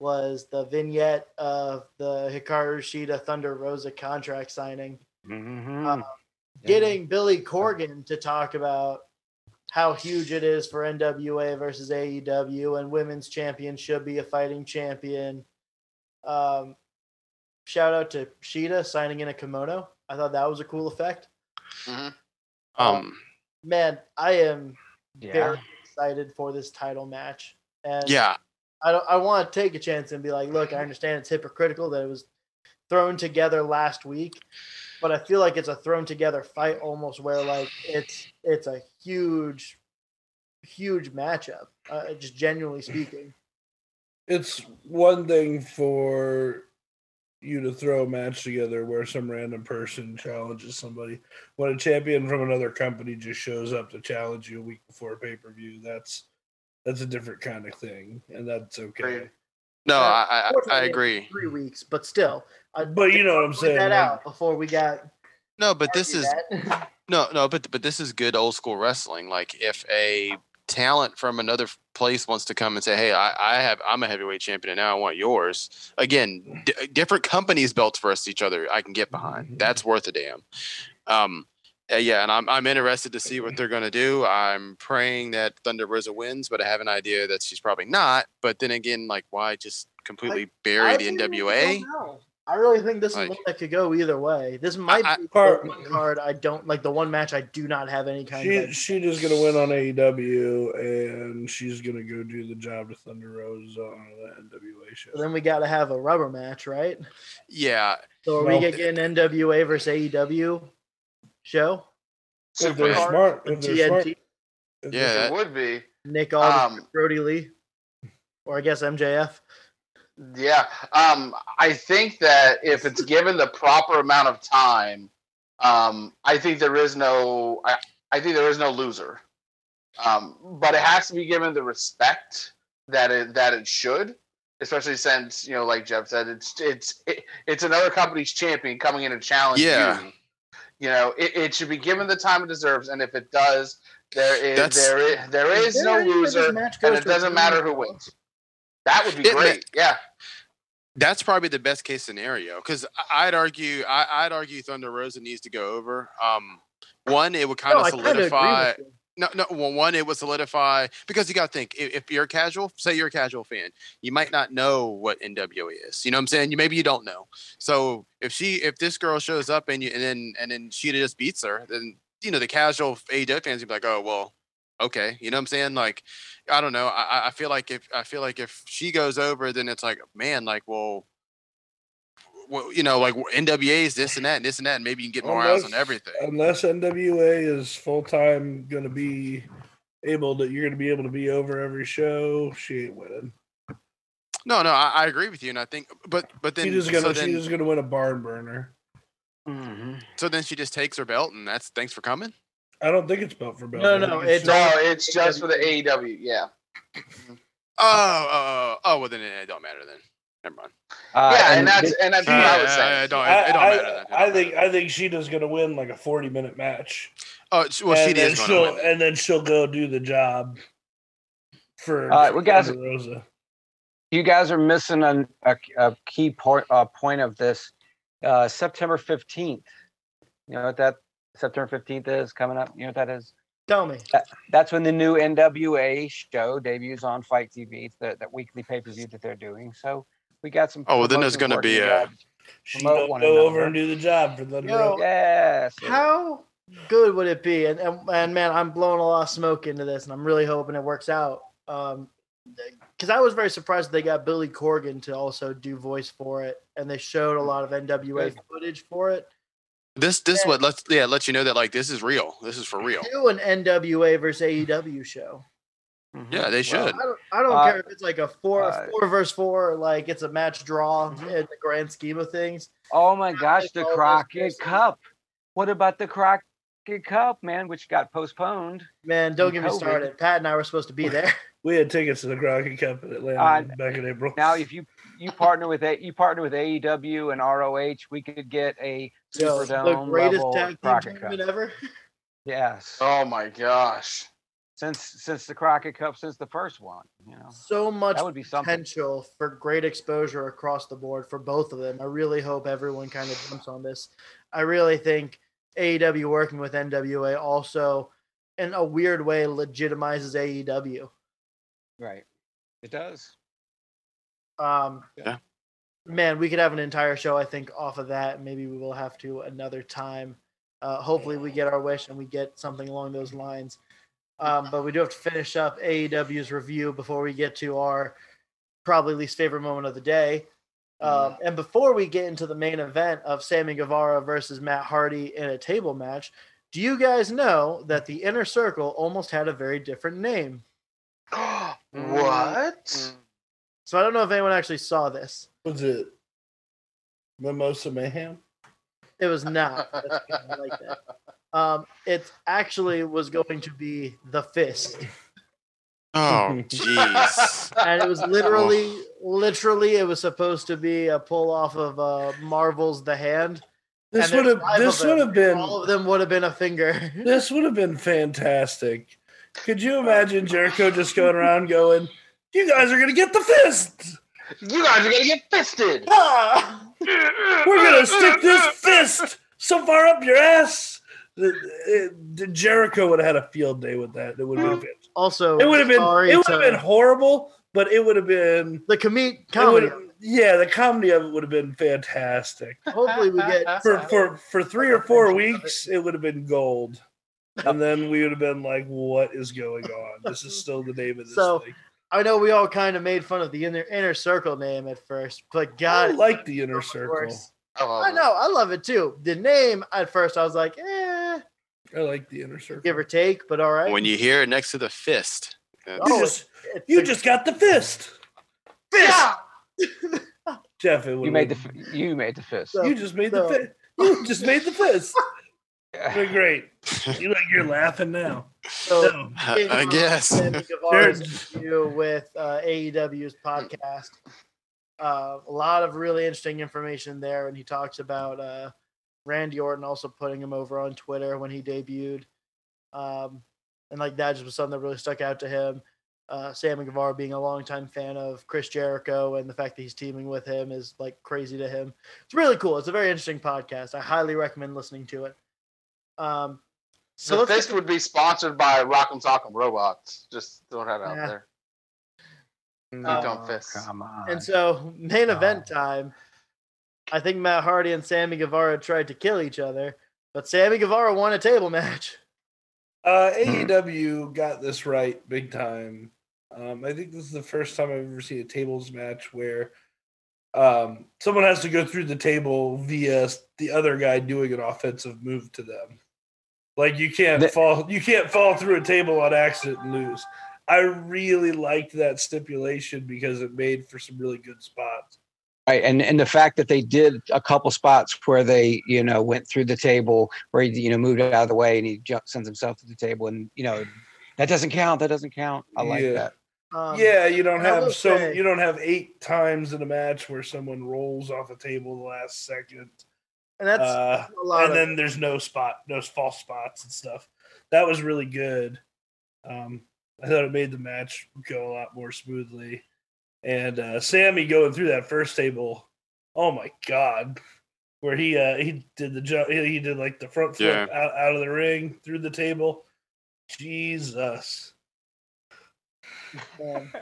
S6: was the vignette of the Hikaru Shida Thunder Rosa contract signing.
S2: Mhm.
S6: Um, Getting Billy Corgan to talk about how huge it is for NWA versus AEW and women's champion should be a fighting champion. Um, shout out to Shida signing in a kimono. I thought that was a cool effect.
S4: Um,
S6: Man, I am
S2: yeah.
S6: very excited for this title match. And
S4: yeah,
S6: I don't. I want to take a chance and be like, look, I understand it's hypocritical that it was thrown together last week, but I feel like it's a thrown together fight almost where like it's it's a huge, huge matchup. Uh, just genuinely speaking,
S3: It's one thing for you to throw a match together where some random person challenges somebody. When a champion from another company just shows up to challenge you a week before pay per view, that's that's a different kind of thing, and that's okay.
S5: Right.
S4: no,
S6: Uh,
S4: I, I, I
S6: unfortunately,
S4: agree.
S6: three weeks, but still, I
S3: But you know what I'm
S6: point
S3: saying.
S6: that
S3: like,
S6: out before we got.
S4: No, but this
S6: do
S4: is
S6: that.
S4: No, no, but but this is good old school wrestling. Like if a talent from another f- place wants to come and say, "Hey, I, I have I'm a heavyweight champion and now I want yours." Again, d- different companies belts versus each other. I can get
S6: Mm-hmm.
S4: behind. That's worth a damn. Um, uh, yeah, and I'm I'm interested to see what they're gonna do. I'm praying that Thunder Rosa wins, but I have an idea that she's probably not. But then again, like why just completely bury
S6: I
S4: the
S6: really
S4: NWA?
S6: don't know. I really think this
S4: Like-
S6: is one that could go either way. This might
S4: I-
S6: be
S3: Or-
S6: the one card I don't like. The one match I do not have any kind of.
S3: She she just gonna win on AEW, and she's gonna go do the job to Thunder Rose on the NWA show.
S6: So then we got to have a rubber match, right?
S4: Yeah,
S6: So are
S3: Well-
S6: we getting NWA versus AEW show?
S3: If
S5: Super
S3: they're
S4: Supercard,
S3: smart, if they're
S6: TNT,
S3: smart, if they're
S4: Yeah,
S3: smart,
S4: that-
S5: would be.
S6: Nick Aldis,
S5: Um,
S6: Brody Lee, or I guess MJF.
S5: Yeah, um, I think that if it's given the proper amount of time, um, I think there is no, I, I think there is no loser. Um, but it has to be given the respect that it that it should, especially since you know, like Jeff said, it's it's it, it's another company's champion coming in to challenge
S4: Yeah.
S5: you. You know, it, it should be given the time it deserves, and if it does, there is
S4: That's-
S5: there is there is no
S6: This
S5: loser,
S6: match
S5: and
S6: goes
S5: it
S6: to a
S5: doesn't matter who
S6: draw.
S5: wins. That would be
S4: It ma-
S5: great. yeah.
S4: that's probably the best case scenario because I'd argue I, I'd argue Thunder Rosa needs to go over. Um, one, it would kind
S6: No,
S4: of
S6: I kinda agree with
S4: solidify.
S6: you.
S4: No, no. Well, one, it would solidify because you got to think if, if you're a casual, say you're a casual fan, you might not know what NWA is. You know what I'm saying? You maybe you don't know. So if she, if this girl shows up and you, and then and then she just beats her, then you know the casual AEW fans would be like, oh well, okay. You know what I'm saying? Like, I don't know. I, I- I feel like if I feel like if she goes over, then it's like, man, like well. Well, you know, like NWA is this and that, and this and that, and maybe you can get
S3: Oh,
S4: more eyes on
S3: Unless-
S4: everything.
S3: unless NWA is full time gonna be able to, you're gonna be able to be over every show. She ain't winning.
S4: No, no, I, I agree with you, and I think, but but then
S3: She just
S4: so
S3: gonna
S4: then
S3: she just gonna win a barn burner.
S2: Mhm.
S4: so then she just takes her belt, and that's thanks for coming.
S3: I don't think it's belt for belt.
S6: No,
S3: I think
S6: no,
S3: it's
S6: it's-
S3: just-
S5: No, it's just for the AEW. Yeah,
S4: Oh, oh, oh, oh, well then it, it don't matter then. Never mind.
S2: Uh,
S5: yeah, and that's
S2: Vic-
S5: and that's
S4: Uh,
S5: what I was
S4: uh,
S5: saying.
S4: it don't, it don't
S3: I,
S4: matter then. It
S3: I, I
S4: don't
S3: think
S4: matter.
S3: I think Sheeta's gonna win like a forty minute match.
S4: Oh, she- well, she
S3: and then
S4: is
S3: she'll
S4: going to win.
S3: and then she'll go do the job for
S2: All right, well, guys-
S3: for Rosa.
S2: you guys are missing an, a, a key point uh, point of this. Uh, September fifteenth. You know what that September fifteenth is coming up. You know what that is.
S6: Tell me.
S2: That's when the new NWA show debuts on Fight TV. It's the, that weekly pay per view that they're doing. So we got some.
S4: Oh, well, then there's
S2: promotions
S4: gonna be
S2: working,
S3: She
S2: Promote
S3: don't
S2: one
S3: go over
S2: another.
S3: and do the job for Thunder
S6: Yo,
S2: guys.
S3: Rosa.
S2: Yes.
S6: How good would it be? And, and and man, I'm blowing a lot of smoke into this, and I'm really hoping it works out. Um, because I was very surprised they got Billy Corgan to also do voice for it, and they showed a lot of NWA
S2: Mm-hmm. Good.
S6: footage for it.
S4: This this what lets yeah let you know that like this is real. This is for real.
S6: Do an NWA versus AEW show.
S3: Mm-hmm.
S2: Mhm.
S4: Yeah, they
S6: I
S4: should.
S6: don't, I don't
S2: Uh,
S6: care if it's like a four
S2: uh,
S6: four versus four, like it's a match draw
S2: Mhm.
S6: in the grand scheme of things.
S2: Oh my gosh, the
S6: all those
S2: Crockett
S6: verses.
S2: Cup. What about the Crockett Cup, man, which got postponed?
S6: Man, don't get me
S2: COVID.
S6: started. Pat and I were supposed to be there.
S3: We had tickets to the Crockett Cup in Atlanta
S2: Uh,
S3: back in April.
S2: Now, if you you partner with a you partner with AEW and ROH, we could get a
S6: Yo,
S2: Superdome
S6: the greatest
S2: level Uh-huh.
S6: tag team
S2: Crockett Cup.
S4: Oh.
S6: tournament ever.
S2: Yes.
S5: Oh my gosh!
S2: since since the Crockett Cup, since the first one. You know,
S6: So much
S2: that would be something.
S6: potential for great exposure across the board for both of them. I really hope everyone kind of jumps on this. I really think AEW working with NWA also, in a weird way, legitimizes E AEW.
S2: Right. It does.
S6: Um,
S4: Yeah.
S6: Man, we could have an entire show, I think, off of that. Maybe we will have to another time. Uh, hopefully, we get our wish and we get something along those lines. Um, but we do have to finish up AEW's review before we get to our probably least favorite moment of the day. Um, and before we get into the main event of Sammy Guevara versus Matt Hardy in a table match, do you guys know that the Inner Circle almost had a very different name?
S5: what?
S6: So I don't know if anyone actually saw this.
S3: Was it Mimosa Mayhem?
S6: It was not. That's kinda like that. Um, it actually was going to be the fist,
S4: Oh, jeez.
S6: and it was literally, literally, it was supposed to be a pull off of uh, Marvel's The Hand.
S3: This
S6: and there's
S3: would have
S6: five
S3: this
S6: of them,
S3: would have been
S6: all of them would have been a finger.
S3: this would have been fantastic. Could you imagine Jericho just going around going, "You guys are gonna get the fist.
S5: You guys are gonna get fisted.
S6: Ah!
S3: We're gonna stick this fist so far up your ass." The- it- the Jericho would have had a field day with that. It would have been.
S6: also,
S3: It would have been.
S6: Hmm. sorry
S3: It would
S6: to-
S3: have been horrible, but it would have been.
S6: the comic
S3: it would
S6: comedy.
S3: have- yeah, the comedy of it would have been fantastic.
S6: Hopefully, we get
S3: For for for three or four weeks, it would have been gold, and then we would have been like, "What is going on? This is still the name of this
S6: So,
S3: thing."
S6: I know we all kind of made fun of the inner inner circle name at first, but God,
S3: I like the inner
S6: it's so much
S3: circle.
S6: worse.
S5: Oh,
S6: I know, I love it too. The name at first, I was like, eh,
S3: I like the inner circle.
S6: give or take, but all right.
S4: when you hear it next to the fist,
S3: You
S6: Oh,
S3: just
S6: It's
S3: you
S6: a-
S3: just got the fist,
S5: Yeah.
S3: Jeff. It
S2: You
S3: would've
S2: made the
S3: been-
S2: f- you made the fist.
S6: So-
S3: you just made
S6: so-
S3: the fist. You just made the fist. They're
S2: Yeah.
S3: great. You like you're laughing now.
S6: so
S3: No.
S6: King
S4: I
S6: Kong
S4: guess.
S6: Sammy Guevara's interview with uh, AEW's podcast. Uh, a lot of really interesting information there, and he talks about uh, Randy Orton also putting him over on Twitter when he debuted, um, and like that just was something that really stuck out to him. Uh, Sammy Guevara being a longtime fan of Chris Jericho and the fact that he's teaming with him is like crazy to him. It's really cool. It's a very interesting podcast. I highly recommend listening to it. Um, so
S5: the
S6: let's get
S5: fist would be sponsored by Rock'em Sock'em Robots. Just throw that out
S6: Yeah.
S5: there.
S2: No,
S5: don't fist.
S2: Oh, Come on.
S6: And so, main event time, I think Matt Hardy and Sammy Guevara tried to kill each other, but Sammy Guevara won a table match.
S3: Uh, AEW got this right big time. Um, I think this is the first time I've ever seen a tables match where um, someone has to go through the table via the other guy doing an offensive move to them. Like you can't
S2: The-
S3: fall, you can't fall through a table on accident and lose. I really liked that stipulation because it made for some really good spots.
S2: Right, and and the fact that they did a couple spots where they you know went through the table where he you know moved out of the way and he jump sends himself to the table and you know that doesn't count. That doesn't count. I like
S3: Yeah.
S2: that.
S6: Um,
S3: yeah, you don't
S6: I will
S3: have so
S6: say-
S3: you don't have eight times in a match where someone rolls off a table the last second.
S6: and that's
S3: uh,
S6: a lot.
S3: and
S6: of,
S3: then there's no spot, no false spots and stuff. That was really good. Um, I thought it made the match go a lot more smoothly. And uh, Sammy going through that first table, oh my god, where he uh, he did the jump, he he did like the front flip out, out of the ring through the table. Jesus,
S6: um,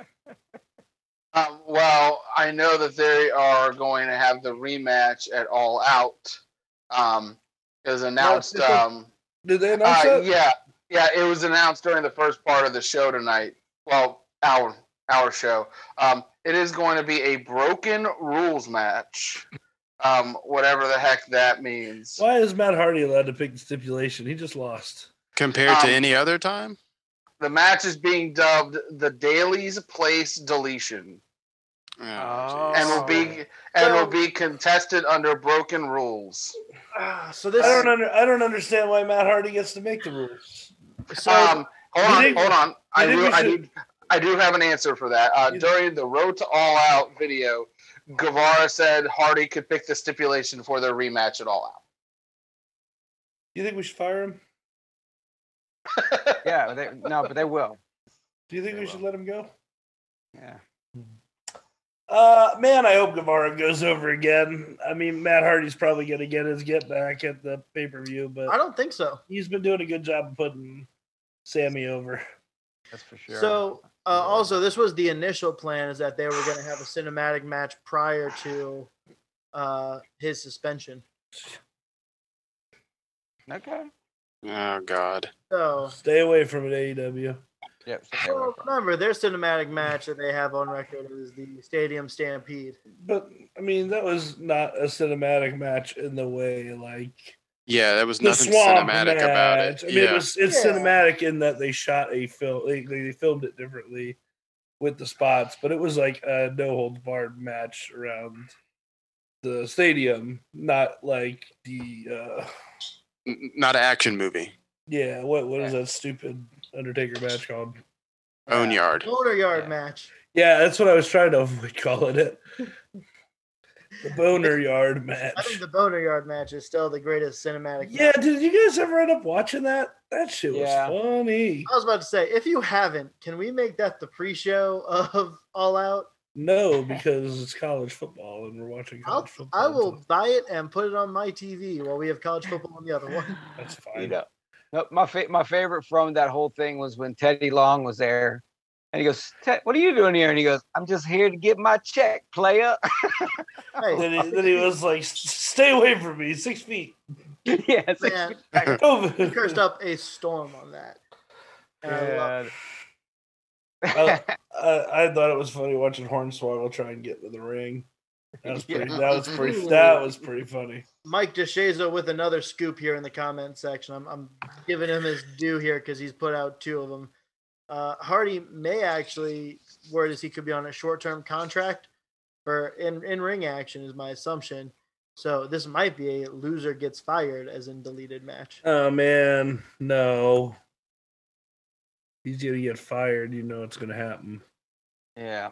S5: Um, well, I know that they are going to have the rematch at All Out. Um, it was announced.
S3: official?
S5: Um,
S3: did they announce
S5: uh,
S3: that?
S5: yeah, yeah, it was announced during the first part of the show tonight. Well, our our show. Um, it is going to be a broken rules match. Um, whatever the heck that means.
S3: Why is Matt Hardy allowed to pick the stipulation? He just lost.
S4: compared
S5: Um,
S4: to any other time,
S5: The match is being dubbed the Daily's Place Deletion,
S4: oh,
S3: uh,
S2: Oh.
S5: and
S4: jeez.
S5: will be and will be contested under broken rules.
S6: ah, so
S3: I
S6: this,
S3: don't under, I don't understand why Matt Hardy gets to make the rules.
S6: so
S5: Um, hold
S3: You
S5: on,
S3: think-
S5: hold on. I
S3: think
S5: do,
S3: we
S5: I
S3: should-
S5: do, I do have an answer for that. Uh,
S3: You-
S5: during the Road to All Out video, Guevara said Hardy could pick the stipulation for their rematch at All
S3: You think we should fire him?
S5: Out.
S2: yeah, they, no, but they will.
S3: Do you think we should let him go?
S2: Yeah.
S3: Uh, man, I hope Guevara goes over again. I mean, Matt Hardy's probably going to get his get back at the pay per view,
S6: I
S3: but
S6: don't think so.
S3: he's been doing a good job of putting Sammy over.
S2: That's for sure.
S6: So uh, also, this was the initial plan: is that they were going to have a cinematic match prior to uh, his suspension.
S2: okay.
S4: Oh God.
S6: So
S3: Stay away from it, E AEW.
S2: Yep. so they will
S6: well,
S2: probably.
S6: remember, their cinematic match that they have on record is the Stadium Stampede.
S3: But I mean, that was not a cinematic match in the way like
S4: Yeah, there was
S3: the
S4: nothing
S3: swamp
S4: cinematic
S3: match.
S4: about it.
S3: I mean,
S4: yeah.
S3: it was, it's
S6: Yeah.
S3: cinematic in that they shot a film. They, they filmed it differently with the spots, but it was like a no holds barred match around the stadium, not like the uh,
S4: N- not an action movie.
S3: yeah. What what is that stupid Undertaker match called?
S4: Own yard.
S6: Loader yard
S2: Yeah.
S6: match.
S3: Yeah, that's what I was trying to avoid calling it. The boner yard match.
S6: I think the boner yard match is still the greatest cinematic.
S3: Yeah, did you guys ever end up watching that? That shit was
S2: Yeah.
S3: funny.
S6: I was about to say, if you haven't, can we make that the pre-show of All Out?
S3: No, because it's college football and we're watching
S6: I'll,
S3: college football.
S6: I will buy it and put it on my TV while we have college football on the other one.
S3: That's
S2: You
S3: fine.
S2: know, no, my fa- my favorite from that whole thing was when Teddy Long was there, and he goes, "Ted, "What are you doing here?" And he goes, "I'm just here to get my check, player."
S6: Hey,
S3: Then he, then he was like, "Stay away from me, six feet."
S2: yes.
S6: man,
S3: Uh,
S6: we cursed
S3: COVID.
S6: up a storm on that. And I love-
S3: I, I, I thought it was funny watching Hornswoggle try and get to the ring. That was pretty. That was pretty. That was pretty funny.
S6: Mike DeShazo with another scoop here in the comment section. I'm, I'm giving him his due here because he's put out two of them. Uh, Hardy may actually, word is he could be on a short term contract for in, in ring action, is my assumption. So this might be a loser gets fired, as in deleted match.
S3: Oh man, no. He's gonna get fired. You know what's gonna happen.
S2: yeah.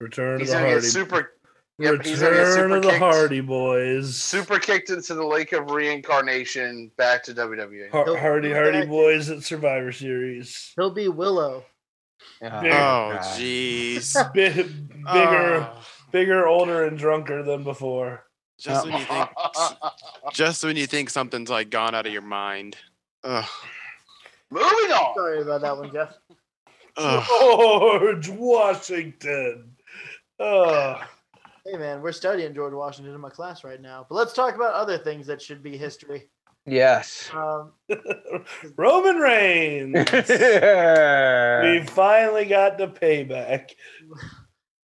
S3: Return
S5: He's
S3: of the
S5: gonna
S3: Hardy.
S5: get super Yep, he's gonna get
S3: Return
S5: super
S3: of the
S5: kicked.
S3: Hardy Boys.
S5: super kicked into the lake of reincarnation back to E. WWE.
S3: Har-
S6: Nope.
S3: Hardy Hardy
S6: Okay.
S3: Boys at Survivor Series.
S6: He'll be Willow.
S2: Yeah.
S3: Big-
S4: Oh
S2: God.
S4: jeez.
S3: Bi- bigger,
S6: Ah.
S4: Oh,
S3: bigger, older, and drunker than before.
S4: just
S2: Uh,
S4: when you think, just when you think something's like gone out of your mind. Ugh.
S5: Moving on.
S6: Sorry about that one, Jeff. Ah.
S4: Ugh.
S3: George Washington. Oh,
S6: Hey, man, we're studying George Washington in my class right now. But let's talk about other things that should be history.
S2: Yes.
S6: Um,
S3: Roman Reigns. we finally got the payback.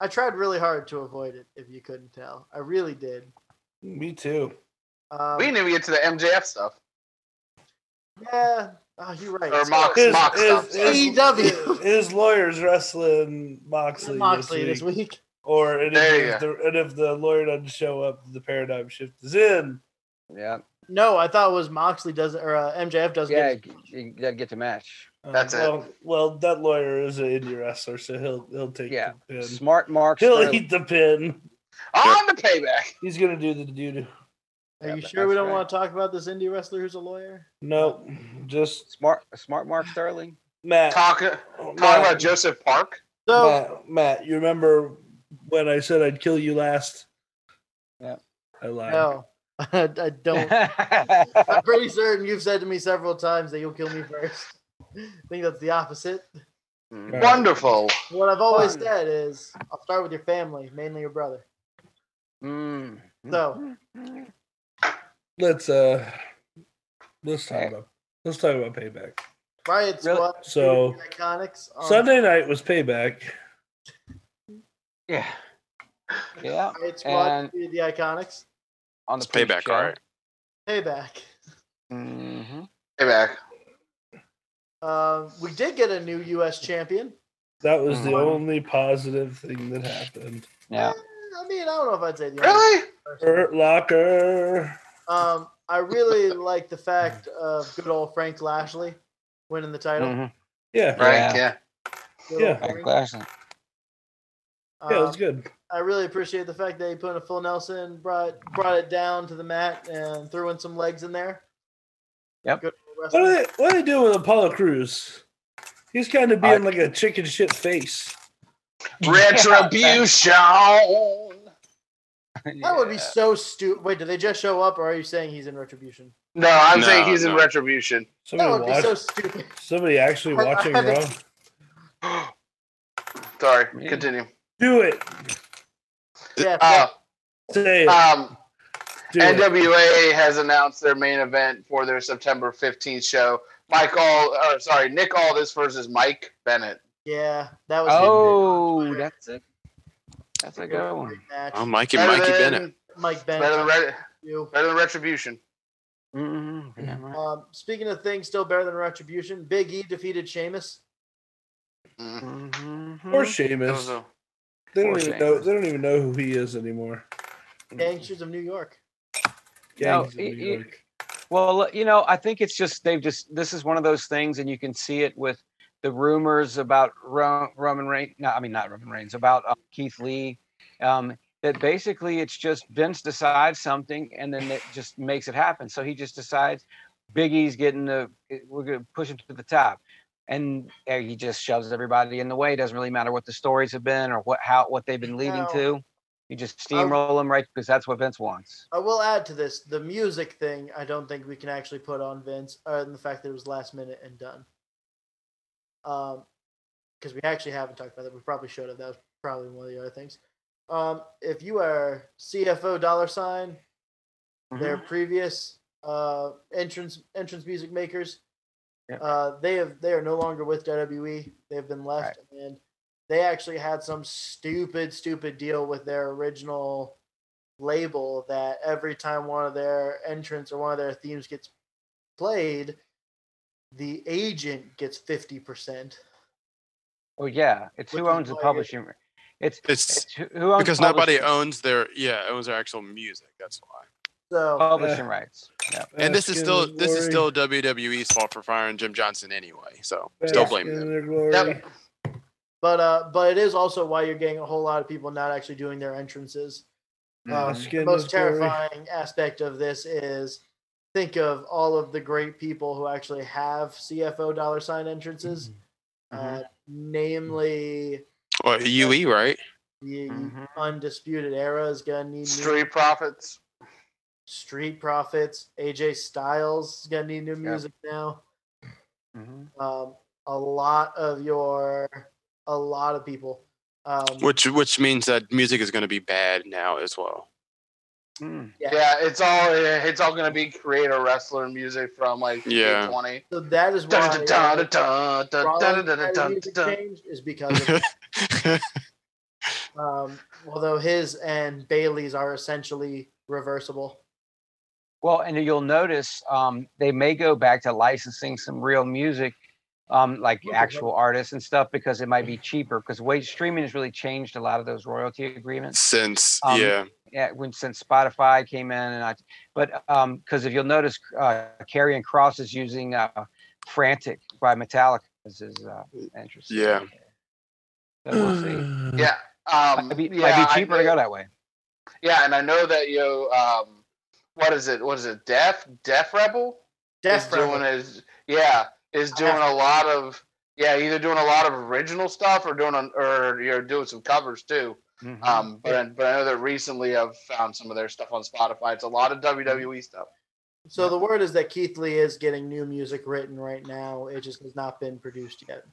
S6: I tried really hard to avoid it, if you couldn't tell. I really did.
S3: Me too.
S6: Um,
S5: We didn't even get to the MJF stuff.
S6: Yeah. Oh, you're right.
S5: Or
S6: So,
S5: Mox,
S3: His,
S5: Mox
S3: his,
S5: stuff.
S3: his,
S6: E AEW.
S3: his lawyer's wrestling Moxley,
S6: Moxley this
S3: week.
S6: week.
S3: Or and
S5: There you
S3: if, the, and if the lawyer doesn't show up, the paradigm shift is in.
S2: yeah.
S6: No, I thought it was Moxley doesn't or uh, MJF doesn't.
S2: Yeah.
S6: get-
S2: You gotta get the match.
S3: Uh,
S5: That's it.
S3: well, Well, that lawyer is an indie wrestler, so he'll he'll take
S2: Yeah.
S3: the pin.
S2: Smart marks.
S3: He'll
S2: Sterling-
S3: eat the pin.
S5: On the payback.
S3: He's gonna do the doo doo.
S6: Are you
S2: Yeah,
S6: sure we
S2: that's
S6: don't
S2: right.
S6: want to talk about this indie wrestler who's a lawyer?
S3: Nope. Just
S2: Smart. Smart Mark Sterling.
S3: Matt. Oh,
S5: Talk, talking
S3: Matt,
S5: about Joseph Park.
S6: So
S3: Matt, Matt, you remember when I said I'd kill you last?
S2: Yeah.
S3: I lied.
S6: no, I I don't. I'm pretty certain you've said to me several times that you'll kill me first. I think that's the opposite.
S3: All right.
S5: Wonderful.
S6: What I've always
S3: Fine.
S6: said is I'll start with your family, mainly your brother.
S2: Mm.
S6: So-
S3: Let's uh let's talk
S2: Okay.
S3: about let's talk about payback.
S6: Riot
S2: Really?
S6: Squad,
S3: So-
S6: Iconics. um,
S5: Um,
S6: on
S3: Sunday night was payback.
S2: Yeah. Yeah.
S6: Riot Squad,
S2: and-
S6: defeated the Iconics,
S2: On the
S4: It's payback, all right.
S6: payback.
S2: Mm-hmm.
S5: Payback.
S6: Uh, we did get a new U.S. champion.
S3: That was the
S2: Mhm.
S3: only positive thing that happened.
S2: Yeah.
S6: Eh, I mean, I don't know if I'd say the only
S5: Really?
S6: person.
S3: Hurt Locker.
S6: Um, I really like the fact of good old Frank Lashley winning the title.
S2: Mhm.
S3: Yeah.
S5: Right,
S2: Yeah.
S5: yeah.
S6: Good old
S3: Yeah.
S6: Frank.
S2: Frank Lashley.
S3: Yeah, it was
S5: Uh,
S6: Um,
S3: good.
S6: I really appreciate the fact that he put in a full Nelson, brought brought it down to the mat, and threw in some legs in there.
S2: Yep.
S6: Good old
S3: What do
S6: wrestling.
S3: they what do they do with Apollo Cruz? He's kind of being like a chicken shit face.
S5: Retribution.
S6: That would be so stupid. Wait, did they just show up, or are you saying he's in retribution?
S5: No, I'm
S4: No,
S5: saying he's in
S4: no.
S5: retribution.
S6: That
S3: Somebody
S6: would be
S3: watch,
S6: so stupid.
S3: somebody actually
S6: I- I
S3: watching
S6: haven't-
S3: Raw.
S5: Sorry,
S2: Man.
S5: continue.
S3: Do it.
S6: Yeah,
S5: Uh,
S3: Say it.
S5: um,
S3: Do it.
S5: NWA has announced their main event for their September 15th show. Mike All, or sorry, Nick Aldis versus Mike Bennett.
S6: yeah, that was
S2: Oh, that's it. That's a good one.
S6: match.
S4: Oh, Mikey, Mikey
S5: than,
S4: Bennett.
S6: Mike
S5: Better than,
S6: Bennett.
S5: Re-
S6: you.
S5: better than Retribution.
S2: Mhm, yeah, right.
S6: Um, speaking of things still better than Retribution, Big E defeated Sheamus.
S5: Mm.
S2: Mhm.
S3: Or
S5: That was
S3: Sheamus.
S5: a-
S3: They don't
S2: Or
S3: even
S2: Sheamus.
S3: know. They don't even know who he is anymore.
S6: Gangsters of New York.
S2: No,
S3: Gangs of
S2: it-
S3: New
S2: it-
S3: York.
S2: Well, you know, I think it's just they've just this is one of those things, and you can see it with the rumors about Ro- Roman Reigns. No, I mean not Roman Reigns about uh, Keith Lee. Um, that basically it's just Vince decides something, and then it just makes it happen. So he just decides Biggie's getting the we're gonna push him to the top, and uh, he just shoves everybody in the way. It doesn't really matter what the stories have been or what how what they've been leading
S6: Now-
S2: to. You just steamroll them right because that's what Vince wants.
S6: I will add to this the music thing. I don't think we can actually put on Vince, other than the fact that it was last minute and done. Um, because we actually haven't talked about that. We probably should have. That was probably one of the other things. Um, if you are CFO dollar sign, their previous uh, entrance entrance music makers.
S2: Yep.
S6: Uh, they have they are no longer with WWE. They've been left, and they actually had some stupid stupid deal with their original label that every time one of their entrants or one of their themes gets played, the agent gets fifty percent.
S2: Oh yeah, it's
S6: Which
S2: who
S6: is
S2: owns the
S6: why it-
S2: publishing. ri- It's,
S4: It's
S2: it's who who owns
S4: because nobody
S2: publishing-
S4: owns their yeah owns their actual music. That's why.
S6: So
S2: publishing rights. Yeah.
S4: And this is
S3: Bask in
S4: still
S3: their
S4: this is
S3: glory.
S4: still WWE's fault for firing Jim Johnson anyway. So still
S3: Bask
S4: blaming
S3: in
S4: them.
S3: their glory.
S5: Yep.
S6: But uh, but it is also why you're getting a whole lot of people not actually doing their entrances. Uh,
S3: Bask
S6: the
S3: in
S6: most
S3: their glory.
S6: terrifying aspect of this is think of all of the great people who actually have CFO dollar sign entrances, uh, namely
S4: Well, UE, right?
S6: the
S2: Mhm.
S6: undisputed era is gonna need new
S5: Street Profits.
S6: Street Profits, AJ Styles is gonna need new music now.
S2: Mhm.
S6: Um, a lot of your, a lot of people. Um,
S4: Which which means that music is going to be bad now as well.
S2: Mm.
S5: Yeah, it's all it's all gonna be creator wrestler music from like
S4: Yeah.
S5: 20.
S6: so that is why. uh,
S5: Dun, dun, dun, dun, dun, dun, dun,
S6: Rollins
S5: dun,
S6: had a
S5: dun,
S6: music
S5: dun.
S6: change is because of Um, although his and Bailey's are essentially reversible.
S2: Well, and you'll notice um, they may go back to licensing some real music, um, like actual artists and stuff, because it might be cheaper. Because way streaming has really changed a lot of those royalty agreements.
S4: Since
S2: Um,
S4: yeah,
S2: Yeah, when since Spotify came in, and I, but because if you'll notice, uh, Carrie and Cross is using uh, "Frantic" by Metallica as his uh, entrance.
S4: Yeah.
S2: So we'll see.
S5: Yeah. Um,
S2: might be,
S5: yeah,
S2: might be
S5: I
S2: cheaper to
S5: know-
S2: go that way.
S5: Yeah, and I know that you know, um what is it? What is it? Deaf Deaf Rebel is
S6: Death
S5: doing is yeah, is doing a lot of yeah, either doing a lot of original stuff or doing an, or you're doing some covers too.
S2: Mhm.
S5: Um but I- but I know that recently I've found some of their stuff on Spotify. It's a lot of
S2: Mm-hmm.
S5: WWE stuff.
S6: So the word is that Keith Lee is getting new music written right now. It just has not been produced yet.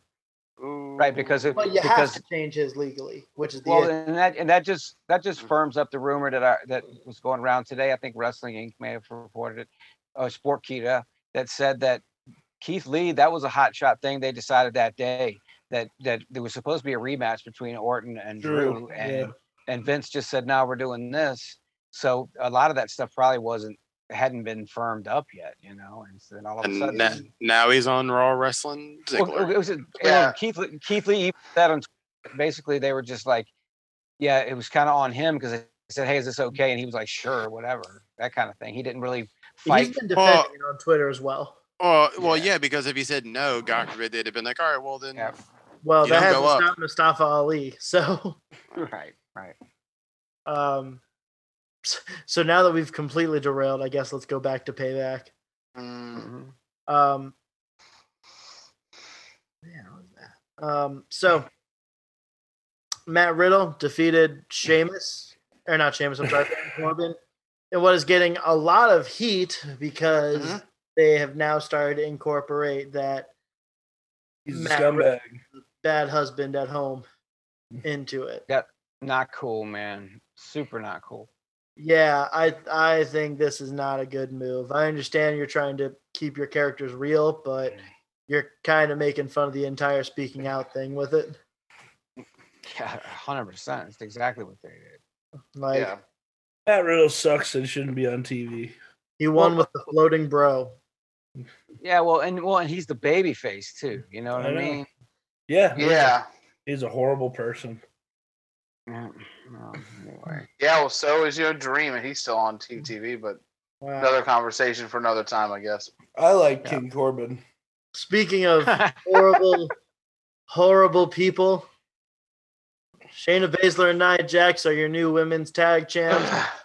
S2: right, because it,
S6: But you have
S2: because
S6: to change his legally, which is the
S2: well,
S6: issue.
S2: and that and that just that just firms up the rumor that I, that was going around today. I think Wrestling Inc. may have reported it, uh, Sport Kita that said that Keith Lee that was a hot shot thing. They decided that day that that there was supposed to be a rematch between Orton and Drew,
S3: Drew,
S2: and
S3: yeah.
S2: and Vince just said, "No, we're doing this." So a lot of that stuff probably wasn't hadn't been firmed up yet, you know. And so then all of a
S4: and
S2: sudden,
S4: na- now he's on Raw wrestling.
S2: Well,
S4: Ziggler.
S2: it was- it-
S5: Yeah.
S2: Keith Lee- Keith Lee even said on Twitter, basically they were just like, yeah, it was kind of on him because they said, hey, is this okay? And he was like, sure, whatever, that kind of thing. He didn't really
S6: He's
S2: fight.
S6: been
S4: Well-
S6: defending it on Twitter as well.
S4: Well, well,
S2: Yeah.
S4: yeah, because if he said no, God forbid, they'd have been like, all right, well then,
S2: Yeah.
S6: Well,
S4: You
S6: that
S4: don't
S6: hasn't
S4: go up.
S6: stopped Mustafa Ali. So,
S2: right, right.
S6: um, so now that we've completely derailed, I guess let's go
S2: Mm-hmm.
S6: back to payback.
S5: Mm,
S2: Mhm.
S6: Um, hell Um, is that? Um, so Matt Riddle defeated Sheamus, or not Sheamus, I'm sorry, Baron Corbin, and what is getting a lot of heat because
S4: Mm-hmm.
S5: Mhm.
S6: they have now started to incorporate that
S3: He's a
S6: Matt
S3: scumbag.
S6: bad husband at home
S4: Mm-hmm.
S6: into it.
S2: Not cool, man. Super not cool.
S6: Yeah, I I think this is not a good move. I understand you're trying to keep your characters real, but
S5: Mm.
S6: you're kind of making fun of the entire speaking out thing with it.
S2: Yeah, hundred percent. It's exactly what they did.
S6: Like
S5: yeah.
S3: Matt Riddle sucks and shouldn't be on TV.
S6: he won with the floating bro.
S2: Yeah, well, and well, and he's the baby face too. You know what
S3: I
S2: I,
S3: know.
S2: mean?
S3: Yeah,
S5: Yeah.
S3: he's a horrible person.
S2: Yeah. Um, anyway,
S5: Yeah. Well, so is your dream, and he's still on Team
S2: Mm-hmm.
S5: TV, but
S6: Wow.
S5: another conversation for another time, I guess.
S3: I like
S2: Yeah.
S3: King Corbin.
S6: Speaking of horrible, horrible people, Shayna Baszler and Nia Jax are your new women's tag champs.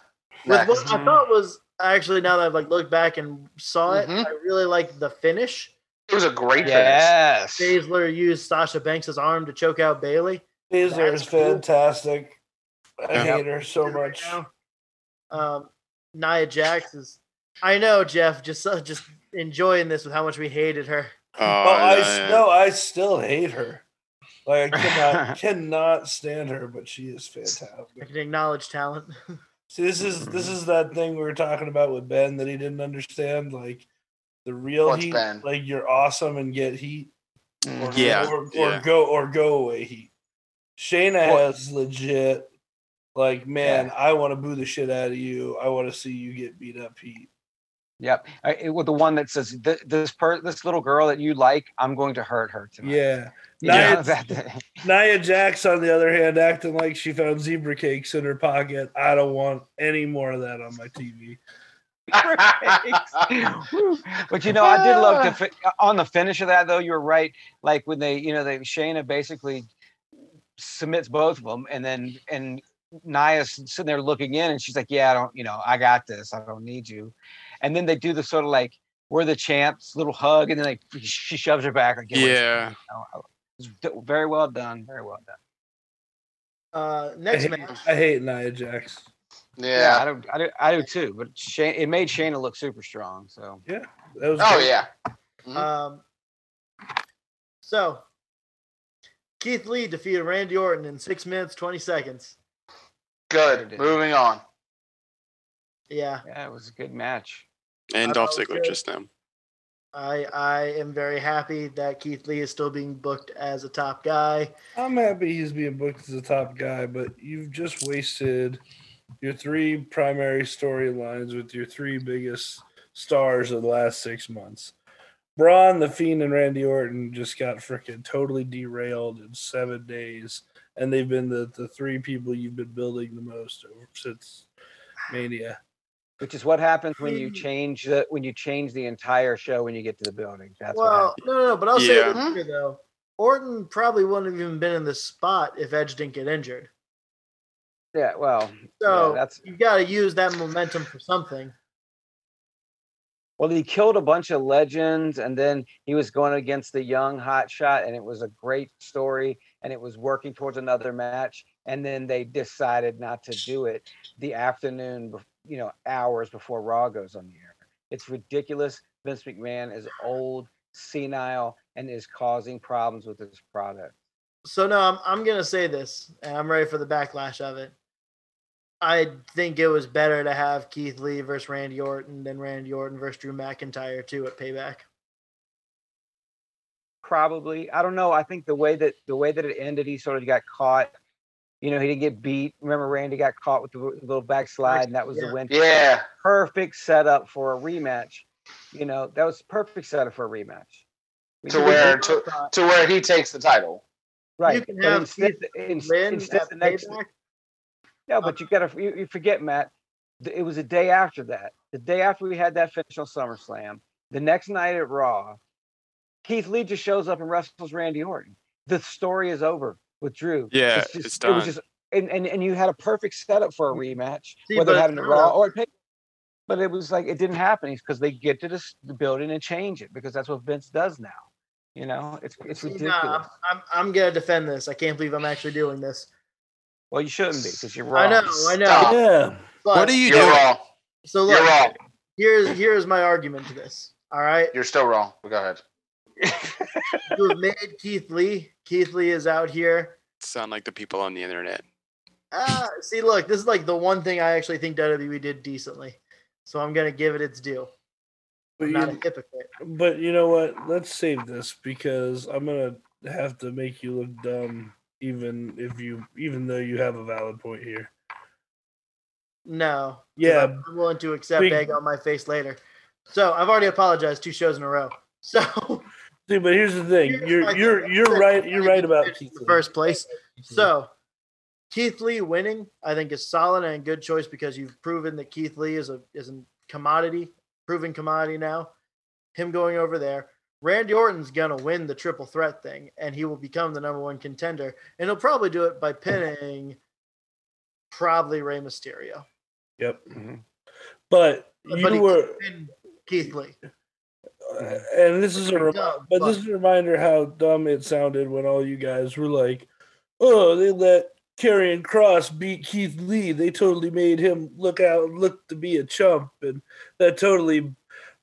S6: With
S5: Next.
S6: what I thought was actually now that I've like looked back and saw it,
S5: Mhm.
S6: I really liked the finish.
S5: It was a great finish.
S2: yes.
S6: Baszler used Sasha Banks' arm to choke out Bailey.
S3: Baszler
S6: That's
S3: is fantastic. I
S4: Yeah.
S3: hate her so much.
S6: Um, Nia Jax is. I know, Jeff. Just uh, just enjoying this with how much we hated her.
S4: Oh,
S3: Oh, I
S4: yeah,
S3: s-
S4: yeah.
S3: no, I still hate her. Like I cannot cannot stand her, but she is
S6: I
S3: fantastic.
S6: can acknowledge talent.
S3: See, this is this
S4: Mm-hmm.
S3: is that thing we were talking about with Ben that he didn't understand, like the real
S5: What's
S3: heat,
S5: Ben?
S3: like you're awesome and get heat, or,
S4: Yeah,
S3: or, or
S4: yeah.
S3: go or go away heat. Shayna
S2: What-
S3: has legit, like man, I want to boo the shit out of you. I want to see you get beat up heat.
S2: Yep. I, it, well, the one that says "Th- this per- this little girl that you like, I'm going to hurt her tonight.
S3: Yeah,
S2: You know,
S3: Nia-
S2: that-
S3: Nia Jax, on the other hand, acting like she found zebra cakes in her pocket. I don't want any more of that on my TV.
S2: Woo. but you know, I did love to fi- uh, on the finish of that though. You're right. Like when they, you know, they Shayna basically submits both of them, and then and Nia's sitting there looking in, and she's like, "Yeah, I don't, you know, I got this. I don't need you." And then they do the sort of like we're the champs little hug, and then like she shoves her back. Like, "Get away from me,"
S4: Yeah.
S2: you know? I- It's d- very well done. Very well done.
S6: Uh,
S3: I
S6: next
S3: hate,
S6: match,
S3: I hate Nia Jax.
S5: yeah.
S2: I do. I do. I do too. But Shane, it made Shayna look super strong. So
S3: That was
S5: Oh
S3: great.
S5: yeah.
S6: um, so Keith Lee defeated Randy Orton in six minutes twenty seconds.
S2: Sure
S5: Good.
S2: did.
S5: Moving on.
S6: Yeah,
S2: yeah, it was a good match.
S4: And
S6: I
S4: Dolph
S6: thought it was
S4: Ziggler
S6: good.
S4: just now.
S6: I I am very happy that Keith Lee is still being booked as a top guy.
S3: I'm happy he's being booked as a top guy, but you've just wasted your three primary storylines with your three biggest stars of the last six months. Braun, The Fiend, and Randy Orton just got freaking totally derailed in seven days, and they've been the, the three people you've been building the most over, since Mania.
S2: Which is what happens when you
S6: Mm.
S2: change the when you change the entire show when you get to the building. That's
S6: well, no, no, no, but I'll say
S4: Yeah.
S6: this here, though. Orton probably wouldn't have even been in this spot if Edge didn't get injured.
S2: what happened. Yeah, well, yeah,
S6: So
S2: that's
S6: you've got to use that momentum for something.
S2: well, he killed a bunch of legends, and then he was going against the young hot shot, and it was a great story, and it was working towards another match, and then they decided not to do it the afternoon, bef- you know, hours before Raw goes on the air. It's ridiculous. Vince McMahon is old, senile, and is causing problems with his product.
S6: So no, I'm I'm gonna say this, and I'm ready for the backlash of it. I think it was better to have Keith Lee versus Randy Orton than Randy Orton versus Drew McIntyre too at Payback.
S2: probably i don't know i think the way that the way that it ended he sort of got caught you know he didn't get beat remember randy got caught with the w- little backslide and that was
S6: Yeah.
S2: the win
S5: Yeah.
S2: perfect setup for a rematch you know that was perfect setup for a rematch We
S5: To
S2: could-
S5: where to, to where he takes the title.
S2: right
S6: you can
S2: but
S6: have
S2: instead, in-
S6: Lynn
S2: instead
S6: at
S2: the next
S6: Payback. Oh.
S2: yeah but you gotta you, you forget matt th- it was a day after that the day after we had that finish on summerslam the next night at raw Keith Lee just shows up and wrestles Randy Orton. The story is over with Drew.
S4: Yeah,
S2: just,
S4: it's
S2: It was
S4: done.
S2: just, and, and and you had a perfect setup for a rematch,
S6: Mm-hmm. See,
S2: whether
S6: but
S2: having it
S6: no,
S2: Raw
S6: no.
S2: or at Pay- But it was like it didn't happen because they get to this the building and change it because that's what Vince does now. You know, it's it's
S6: See,
S2: ridiculous.
S6: Nah, I'm, I'm I'm gonna defend this. I can't believe I'm actually doing this.
S2: Well, you shouldn't be because you're wrong.
S6: I know, I know.
S5: Stop.
S3: Yeah.
S6: But,
S4: What are you
S5: You're
S4: doing?
S5: wrong.
S6: So look,
S5: You're wrong.
S6: here's here's my argument to this. All right,
S5: You're still wrong. But Go ahead.
S6: you have made Keith Lee. Keith Lee is out here.
S4: Sound like the people on the internet.
S6: Ah, see, look, this is like the one thing I actually think WWE did decently. So I'm gonna give it its due.
S3: But
S6: I'm not a
S3: you,
S6: hypocrite.
S3: but you know what? Let's save this because I'm gonna have to make you look dumb, even if you, even though you have a valid point here.
S6: No. 'cause
S3: Yeah.
S6: I'm I'm willing to accept
S3: Big-
S6: egg on my face later. So I've already apologized two shows in a row. So
S3: See, but here's the thing:
S6: Here's my
S3: you're
S6: thing.
S3: you're you're right. You're right about
S6: in
S3: Keith.
S6: the
S3: Lee.
S6: first place. So Keith Lee winning, I think, is solid and a good choice because you've proven that Keith Lee is a is a commodity, proven commodity now. Him going over there. Randy Orton's gonna win the triple threat thing, and he will become the number one contender, and he'll probably do it by pinning probably Rey Mysterio.
S3: Yep.
S2: Mhm.
S3: But
S6: But
S3: you
S6: he
S3: were,
S6: Pin Keith Lee.
S3: and this is a rem-
S6: Dumb,
S3: but this is a reminder how dumb it sounded when all you guys were like, "Oh, they let Karrion Cross beat Keith Lee. They totally made him look out, look to be a chump, and that totally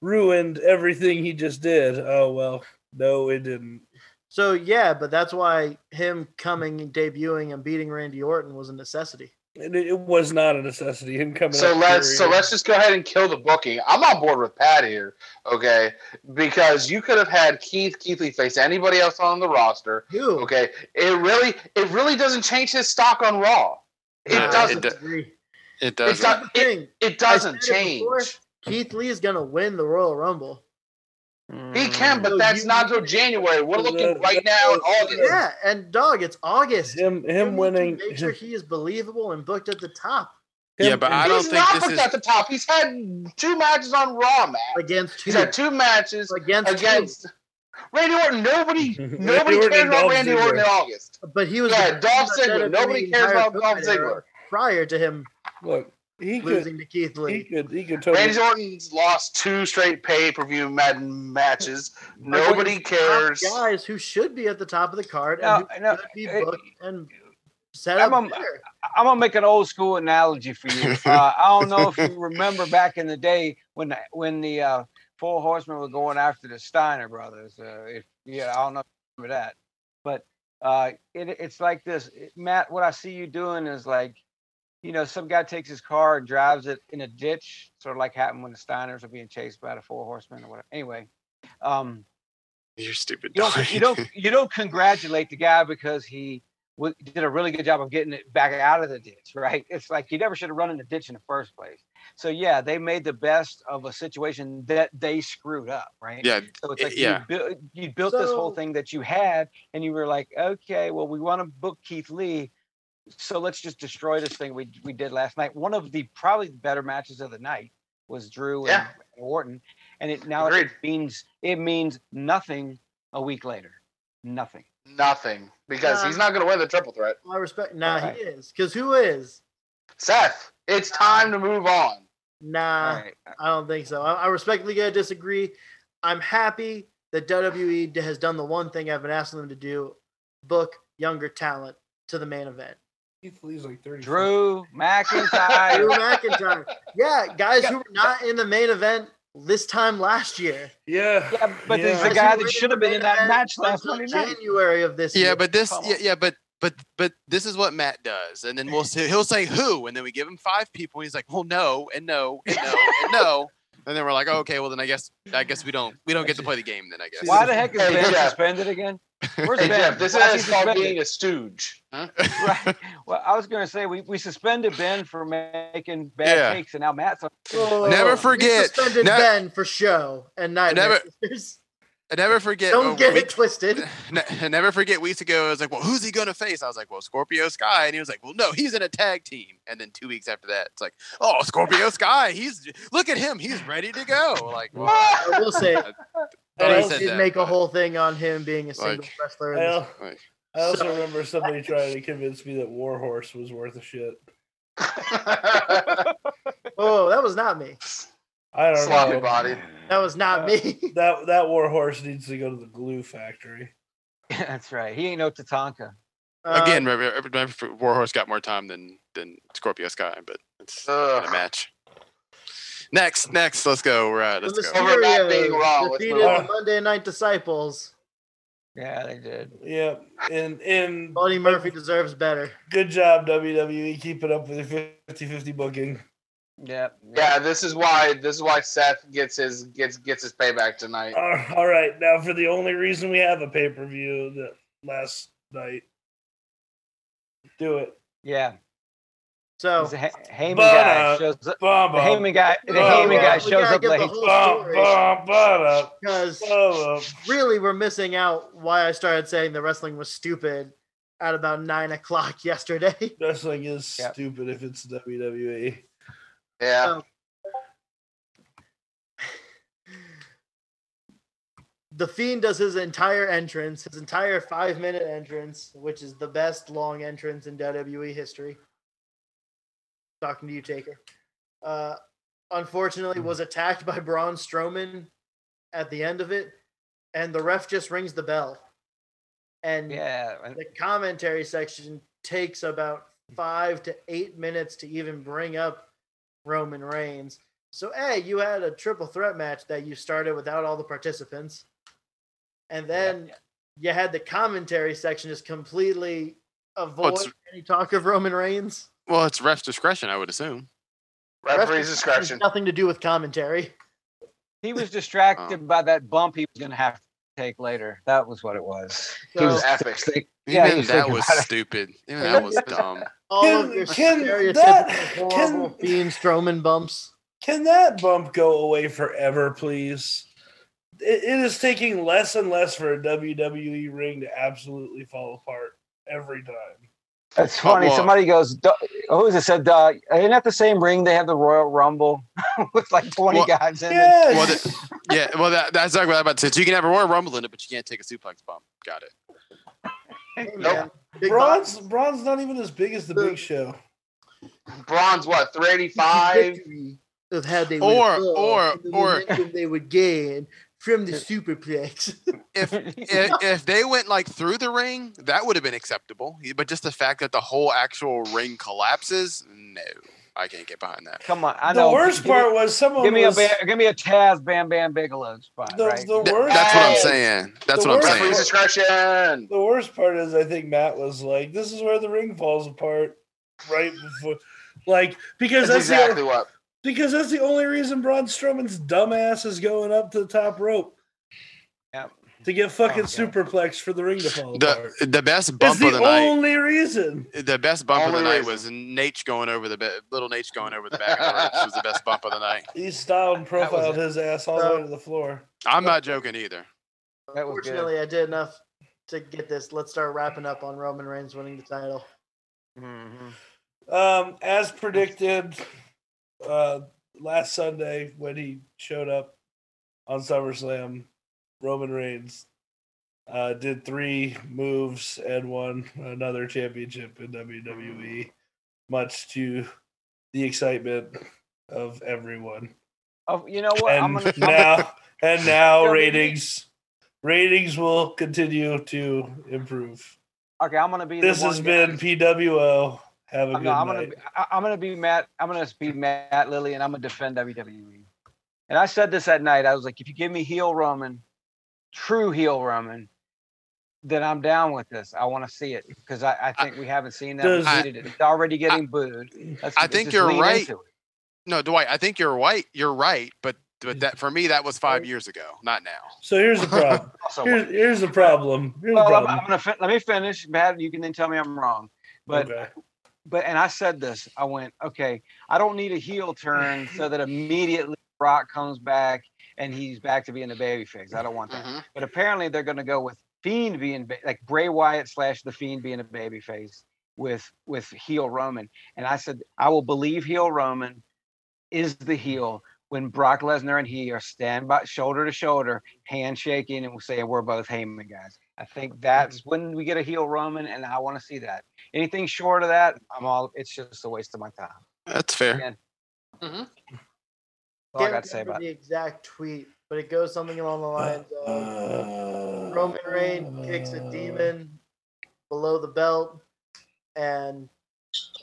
S3: ruined everything he just did." Oh well, no, it didn't.
S6: So yeah, but that's why him coming and debuting and beating Randy Orton was a necessity.
S3: It, it was not a necessity. Him coming.
S5: So
S3: up
S5: let's so
S3: Karrion-
S5: let's just go ahead and kill the booking. I'm on board with Pat here, okay? Because you could have had Keith Keithley face anybody else on the roster,
S6: Who?
S5: okay? It really it really doesn't change his stock on Raw. It
S4: Nah, it
S5: doesn't.
S4: do-
S6: Agree.
S4: It
S5: It's
S4: does.
S5: not-
S6: Here's the thing.
S5: It
S6: I
S5: doesn't
S6: said it
S5: change.
S6: before, Keith Lee is gonna win the Royal Rumble.
S5: He
S2: Mm-hmm.
S5: can,
S6: No,
S5: but that's
S6: you-
S5: not until January. We're looking right now in August.
S6: Yeah, and dog, it's August.
S3: him
S6: You
S3: him
S6: need to
S3: winning.
S6: Make sure he is believable and booked at the top
S4: Yeah, but I don't
S5: He's
S4: think
S5: not
S4: this
S5: booked
S4: is.
S5: at the top. He's had two matches on Raw, man.
S6: against two.
S5: He's had two matches
S6: against
S5: against Randy Orton. Nobody,
S3: Randy
S5: nobody
S3: Orton
S5: cares
S3: and
S5: about
S3: Dolph
S5: Randy Orton in
S3: Ziggler.
S5: August.
S6: two. But he was
S5: Yeah,
S6: the
S5: Dolph
S6: best
S5: Ziggler.
S6: WWE
S5: Nobody cares about
S6: entire
S5: Dolph
S6: Covid era
S5: Ziggler.
S6: Prior to him
S3: Look, he could,
S6: losing to Keith
S3: he
S6: Lee,
S3: could, he could totally.
S5: Randy Orton's lost two straight pay-per-view mad- matches. Nobody
S6: Top
S5: cares.
S6: guys who should be at the top of the card
S2: No,
S6: and who
S2: no,
S6: should be
S2: it-
S6: booked and set up
S2: I'm a-
S6: better.
S2: I'm gonna make an old school analogy for you. Uh, I don't know if you remember back in the day when the, when the uh, four horsemen were going after the Steiner brothers. Uh, if, yeah, I don't know if you remember that, but uh, it, it's like this, It- Matt. What I see you doing is like, you know, some guy takes his car and drives it in a ditch, sort of like happened when the Steiners were being chased by the four horsemen or whatever. Anyway, um,
S4: You're stupid.
S2: you
S4: Dwayne.
S2: don't you don't you don't congratulate the guy because he w- did a really good job of getting it back out of the ditch, right? It's like you never should have run in the ditch in the first place. So yeah, they made the best of a situation that they screwed up, right?
S4: yeah,
S2: So it's like
S4: yeah.
S2: you built you built this whole
S6: So-
S2: thing that you had, and you were like, okay, well, we want to book Keith Lee, so let's just destroy this thing we we did last night. One of the probably better matches of the night was Drew and
S5: Yeah.
S2: Orton, and it now
S5: Agreed.
S2: it means it means nothing a week later, nothing.
S5: Nothing. Because
S6: Nah.
S5: he's not going to win the triple threat.
S6: I respect. Nah,
S2: Alright.
S6: he is. Because who is?
S5: Seth, it's time to move on.
S6: Nah,
S2: All right,
S6: I don't think so. I, I respectfully gotta disagree. I'm happy that WWE d- has done the one thing I've been asking them to do: book younger talent to the main event.
S3: Keith Lee's like thirty.
S2: Drew
S6: Drew
S2: McIntyre.
S6: McIntyre. Yeah, guys who were not in the main event this time last year.
S3: Yeah.
S2: yeah, but there's the
S3: Yeah.
S6: Guys
S2: guy
S6: who
S2: that
S6: were
S2: should
S6: the
S2: have been
S6: main
S2: in that
S6: event
S2: match last
S6: until
S2: Monday night.
S6: January of this year.
S4: yeah, but this,
S2: Come
S4: yeah,
S2: on.
S4: yeah, but but but this is what Matt does, and then we'll say he'll say who, and then we give him five people, and he's like, well, no, and no, and no, and no, and then we're like, oh, okay, well then I guess I guess we don't we don't get to play the game then I guess.
S2: Why the heck is
S5: Hey,
S2: Ben
S5: Jeff.
S2: suspended again? Where's
S5: Hey,
S2: Ben?
S5: Jeff, this
S2: Why is he
S5: is called
S2: suspended?
S5: being a stooge.
S2: right. Well, I was going to say we, we suspended Ben for making bad
S4: Yeah.
S2: takes, and now Matt's on.
S6: Oh,
S4: Never
S6: we
S4: forget-
S6: Suspended
S4: never-
S6: Ben for show and night.
S4: Never-
S6: messages.
S4: I never forget.
S6: Don't
S4: oh,
S6: get
S4: we-
S6: it twisted.
S4: Ne- I never forget weeks ago. I was like, "Well, who's he gonna face?" I was like, "Well, Scorpio Sky," and he was like, "Well, no, he's in a tag team." And then two weeks after that, it's like, "Oh, Scorpio Sky, he's look at him, he's ready to go." Like, well, I
S6: I will say,
S4: thought
S3: I
S4: he
S6: I
S4: said
S6: did
S4: that,
S6: make a
S4: but-
S6: whole thing on him being a single
S4: Like-
S6: wrestler. in
S3: I,
S6: this-
S3: al- I also remember somebody trying to convince me that Warhorse was worth a shit.
S6: oh, that was not me.
S3: I don't
S5: Sloppy
S3: know.
S5: body.
S6: That was not me.
S3: That that war horse needs to go to the glue factory.
S2: That's right. He ain't no Tatanka.
S4: Again,
S6: Um,
S4: remember, remember Warhorse got more time than than Scorpio Sky, but it's not a
S5: Ugh.
S4: match. Next, next, let's go. We're out.
S6: the
S4: Let's go.
S5: Mysterio- Over that being Raw,
S6: Mysterios
S5: let's
S6: defeated
S5: move
S3: on.
S6: the Monday Night Disciples.
S2: Yeah, they did.
S3: Yep. And and
S6: Buddy Murphy deserves better.
S3: good job WWE keeping up with your 50-50 booking.
S2: Yeah.
S5: Yeah, this is why this is why Seth gets his gets gets his payback tonight.
S3: Uh, all right, now for the only reason we have a pay per view that last night. Do it.
S2: Yeah.
S6: So Oh. uh,
S2: He's a Ha- Heyman
S3: But,
S2: guy
S3: uh,
S2: shows up.
S3: Bum,
S2: The Heyman guy. The
S3: Well,
S2: Heyman guy
S3: we
S6: gotta
S2: shows up
S6: give the
S2: late.
S6: whole-
S3: bum, bum, bum,
S6: because
S3: bum,
S6: really we're missing out why I started saying the wrestling was stupid at about nine o'clock yesterday.
S3: Wrestling is
S2: Yep.
S3: stupid if it's E. WWE.
S5: Yeah,
S6: The Fiend does his entire entrance, his entire five minute entrance, which is the best long entrance in WWE history. Talking to you, Taker. Uh, unfortunately, was attacked by Braun Strowman at the end of it, and the ref just rings the bell. And
S2: Yeah. and-
S6: the commentary section takes about five to eight minutes to even bring up Roman Reigns. So, hey, you had a triple threat match that you started without all the participants. And then you had the commentary section just completely avoid
S4: it's-
S6: any talk of Roman Reigns.
S4: Well, it's ref's discretion, I would assume.
S5: referee's
S6: Has
S5: discretion.
S6: nothing to do with commentary.
S2: He was distracted by that bump he was going to have to take later. That was what it was. He
S6: So-
S2: was
S5: Epic.
S2: think-
S4: Even
S2: Yeah, you
S4: that
S2: think
S4: was
S2: about it.
S4: stupid. Even that was dumb.
S6: All
S3: Can-
S6: of your
S3: can
S6: stereotypical
S3: that-
S6: horrible
S3: can-
S6: Fiend Strowman bumps.
S3: Can that bump go away forever, please? It, it is taking less and less for a WWE ring to absolutely fall apart every time.
S2: It's funny.
S4: well-
S2: Somebody goes, "Duh," who is it? Said, uh, isn't that the same ring they have the Royal Rumble with like 20
S4: Well,
S2: guys in it?
S3: Yes.
S4: Well, the, yeah, well, that, that's exactly what I'm about to say. So you can have a Royal Rumble in it, but you can't take a suplex bump. Got it.
S6: Hey,
S5: Nope.
S6: man, big box.
S3: Braun's, Braun's not even as big as the Big Show.
S5: Bronze what three eighty five?
S6: victory of how they
S4: Or-
S6: would fall
S4: or-
S6: and the
S4: or-
S6: momentum they would gain from the superplex.
S4: If if, if they went like through the ring, that would have been acceptable. But just the fact that the whole actual ring collapses, no, I can't get behind that.
S2: Come on. I
S3: the
S2: know.
S3: worst
S2: Give me-
S3: part was someone
S2: Give me a
S3: was,
S2: ba- give me a Taz Bam Bam Bigelow spot,
S3: the,
S2: right?
S3: the
S4: Th-
S3: worst.
S4: that's what I'm
S5: Hey!
S4: saying. That's
S3: The
S4: what I'm
S3: worst-
S4: saying.
S5: Referee's discretion.
S3: The worst part is, I think Matt was like, "This is where the ring falls apart," right before, like because
S5: That's
S3: that's,
S5: exactly
S3: the
S5: what.
S3: because that's the only reason Braun Strowman's dumbass is going up to the top rope.
S2: Yep.
S3: To get fucking
S2: Oh, yeah.
S3: superplex for the ring to fall apart.
S4: The the best
S3: It's
S4: bump
S3: the,
S4: of the night.
S3: only reason.
S4: The best bump of the
S5: Only
S4: night was Nate going over the ba- little Nate going over the back of the ropes was the best bump of the night.
S3: He styled and
S2: That was
S3: profiled
S2: it.
S3: his ass all the way to the floor.
S4: I'm not joking either.
S2: That was good.
S6: Fortunately, I did enough to get this. Let's start wrapping up on Roman Reigns winning the title.
S2: Mhm.
S3: Um, as predicted, uh, last Sunday when he showed up on SummerSlam, Roman Reigns uh, did three moves and won another championship in WWE, much to the excitement of everyone.
S2: Oh, you know what? I'm
S3: And
S2: gonna, I'm gonna-
S3: now, and now
S2: WWE.
S3: ratings, ratings will continue to improve.
S2: okay. I'm gonna be. the
S3: This
S2: one
S3: has
S2: guy-
S3: been PWO. Have a
S2: I'm,
S3: good
S2: no, I'm
S3: night.
S2: gonna. Be, I, I'm gonna be Matt. I'm gonna be Matt Lilly, and I'm gonna defend WWE. And I said this at night. I was like, if you give me heel Roman, true heel Roman, then I'm down with this. I want to see it because I, I think we haven't seen that.
S3: Does-
S2: we needed it. It's already getting booed. Let's-
S4: I
S2: let's
S4: think
S2: just
S4: you're
S2: lean
S4: right.
S2: into it.
S4: No, Dwight, I think you're right. You're right, but but that for me that was five years ago, not now.
S3: So here's the problem.
S2: Also,
S3: Here's, here's the problem. Here's the
S2: well, I'm,
S3: problem.
S2: I'm gonna fin- let me finish, Matt. You can then tell me I'm wrong. But
S3: Okay.
S2: but and I said this, I went, okay, I don't need a heel turn so that immediately Brock comes back and he's back to being a babyface. I don't want that.
S5: Mhm.
S2: But apparently they're going to go with Fiend being ba- like Bray Wyatt slash the Fiend being a babyface with with heel Roman. And I said I will believe heel Roman is the heel when Brock Lesnar and he are stand by shoulder to shoulder, handshaking, and we say we're both Heyman guys. I think that's
S6: Mm-hmm.
S2: when we get a heel Roman, and I want to see that. Anything short of that, I'm all. It's just a waste of my time.
S4: That's fair.
S2: That's all I got to
S6: Can't
S2: say
S6: remember
S2: about it.
S6: the exact tweet but it goes something along the lines of Roman Reign kicks a demon below the belt and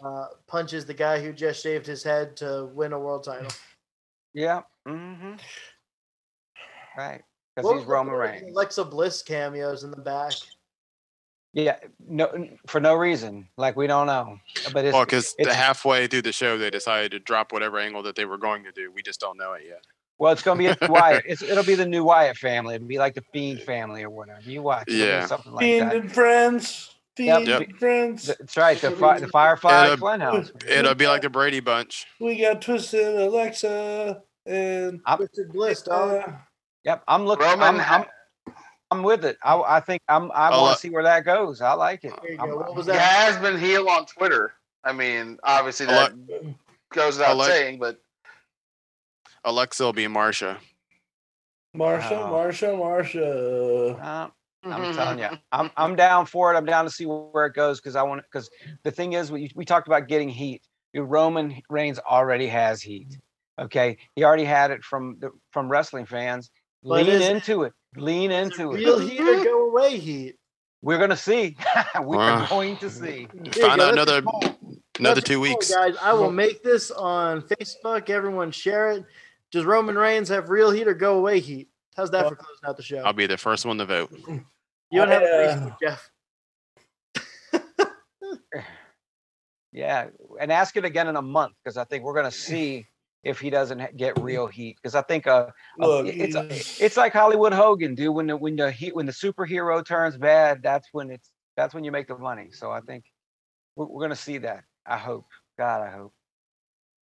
S6: uh, punches the guy who just shaved his head to win a world title.
S2: Yeah. Mm-hmm. Right.
S6: What
S2: Because he's
S6: was the
S2: Roman
S6: fucking
S2: Reigns.
S6: Alexa Bliss cameos in the back.
S2: Yeah. No, for no reason. Like we don't know. But it's,
S4: Well, because
S2: it's-
S4: halfway through the show, they decided to drop whatever angle that they were going to do. We just don't know it yet.
S2: well, it's gonna be a Wyatt. It's, it'll be the new Wyatt family. It'll be like the Fiend family or whatever. You watch. it'll be
S4: Yeah.
S2: Something like
S3: Fiend
S2: that.
S3: and friends.
S2: Yep.
S3: Fiend
S2: Yep.
S3: and friends.
S2: Th- That's right. The fi- the Firefly
S4: It'll-
S2: Funhouse.
S4: It'll be like the Brady Bunch.
S3: We got Twisted Alexa and
S6: Twisted Bliss, dog.
S3: uh,
S2: Yep. I'm looking. I'm,
S5: Roman
S2: I'm, I'm with it. I, I think I'm. I
S4: Oh,
S2: want
S4: uh,
S2: to see where that goes. I like it.
S6: There you
S2: I'm-
S6: go. What was
S5: He
S6: that?
S5: has been heel on Twitter. I mean, obviously that goes without
S4: Ele-
S5: saying, but
S4: Alexa will be Marsha.
S3: Marsha,
S2: Wow.
S3: Marsha, Marsha.
S2: Uh, I'm telling you, I'm I'm down for it. I'm down to see where it goes because I want because the thing is we we talked about getting heat. Your Roman Reigns already has heat. Okay, he already had it from the from wrestling fans.
S6: But
S2: Lean
S6: is it-
S2: into it. Lean into
S6: Real
S2: it.
S6: heat or go away heat.
S2: We're gonna see. we
S4: Wow.
S2: are going to see.
S6: There you
S4: Find
S6: go.
S4: out
S6: That's a
S4: another
S6: poll.
S4: another
S6: That's a
S4: two
S6: poll,
S4: weeks.
S6: guys. I will make this on Facebook. Everyone share it. Does Roman Reigns have real heat or go away heat? How's that for closing out the show?
S4: I'll be the first one to vote.
S6: you don't have a
S3: I, uh,
S6: Facebook, Jeff.
S2: Yeah, and ask it again in a month because I think we're gonna see if he doesn't ha- get real heat because I think uh
S3: Look,
S2: it's a-
S3: he's-
S2: It's like Hollywood Hogan, dude. When the when the heat when the superhero turns bad, that's when it's that's when you make the money. So I think we're, we're gonna see that. I hope. God, I hope.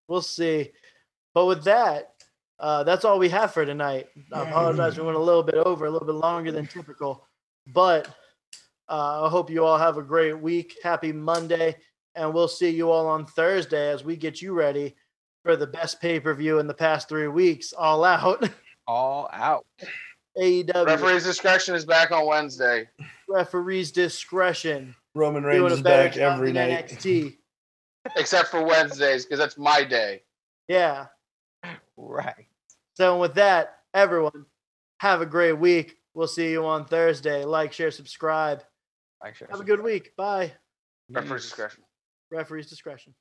S6: We'll see. But with that, uh, that's all we have for tonight. I apologize. We went a little bit over, a little bit longer than typical. But uh, I hope you all have a great week. Happy Monday. And we'll see you all on Thursday as we get you ready for the best pay per view in the past three weeks, all out. E
S2: All out.
S6: AEW.
S5: referee's discretion is back on Wednesday.
S6: referee's discretion.
S3: Roman
S6: Doing
S3: Reigns
S6: a
S3: is
S6: better
S3: back
S6: job
S3: every
S6: than
S3: night.
S6: NXT.
S5: Except for Wednesdays, because that's my day.
S6: Yeah.
S2: Right.
S6: So with that, everyone, have a great week. We'll see you on Thursday. Like, share, subscribe.
S2: Like, sure.
S6: Have a good week. Bye.
S5: Referee's discretion.
S6: Referee's discretion.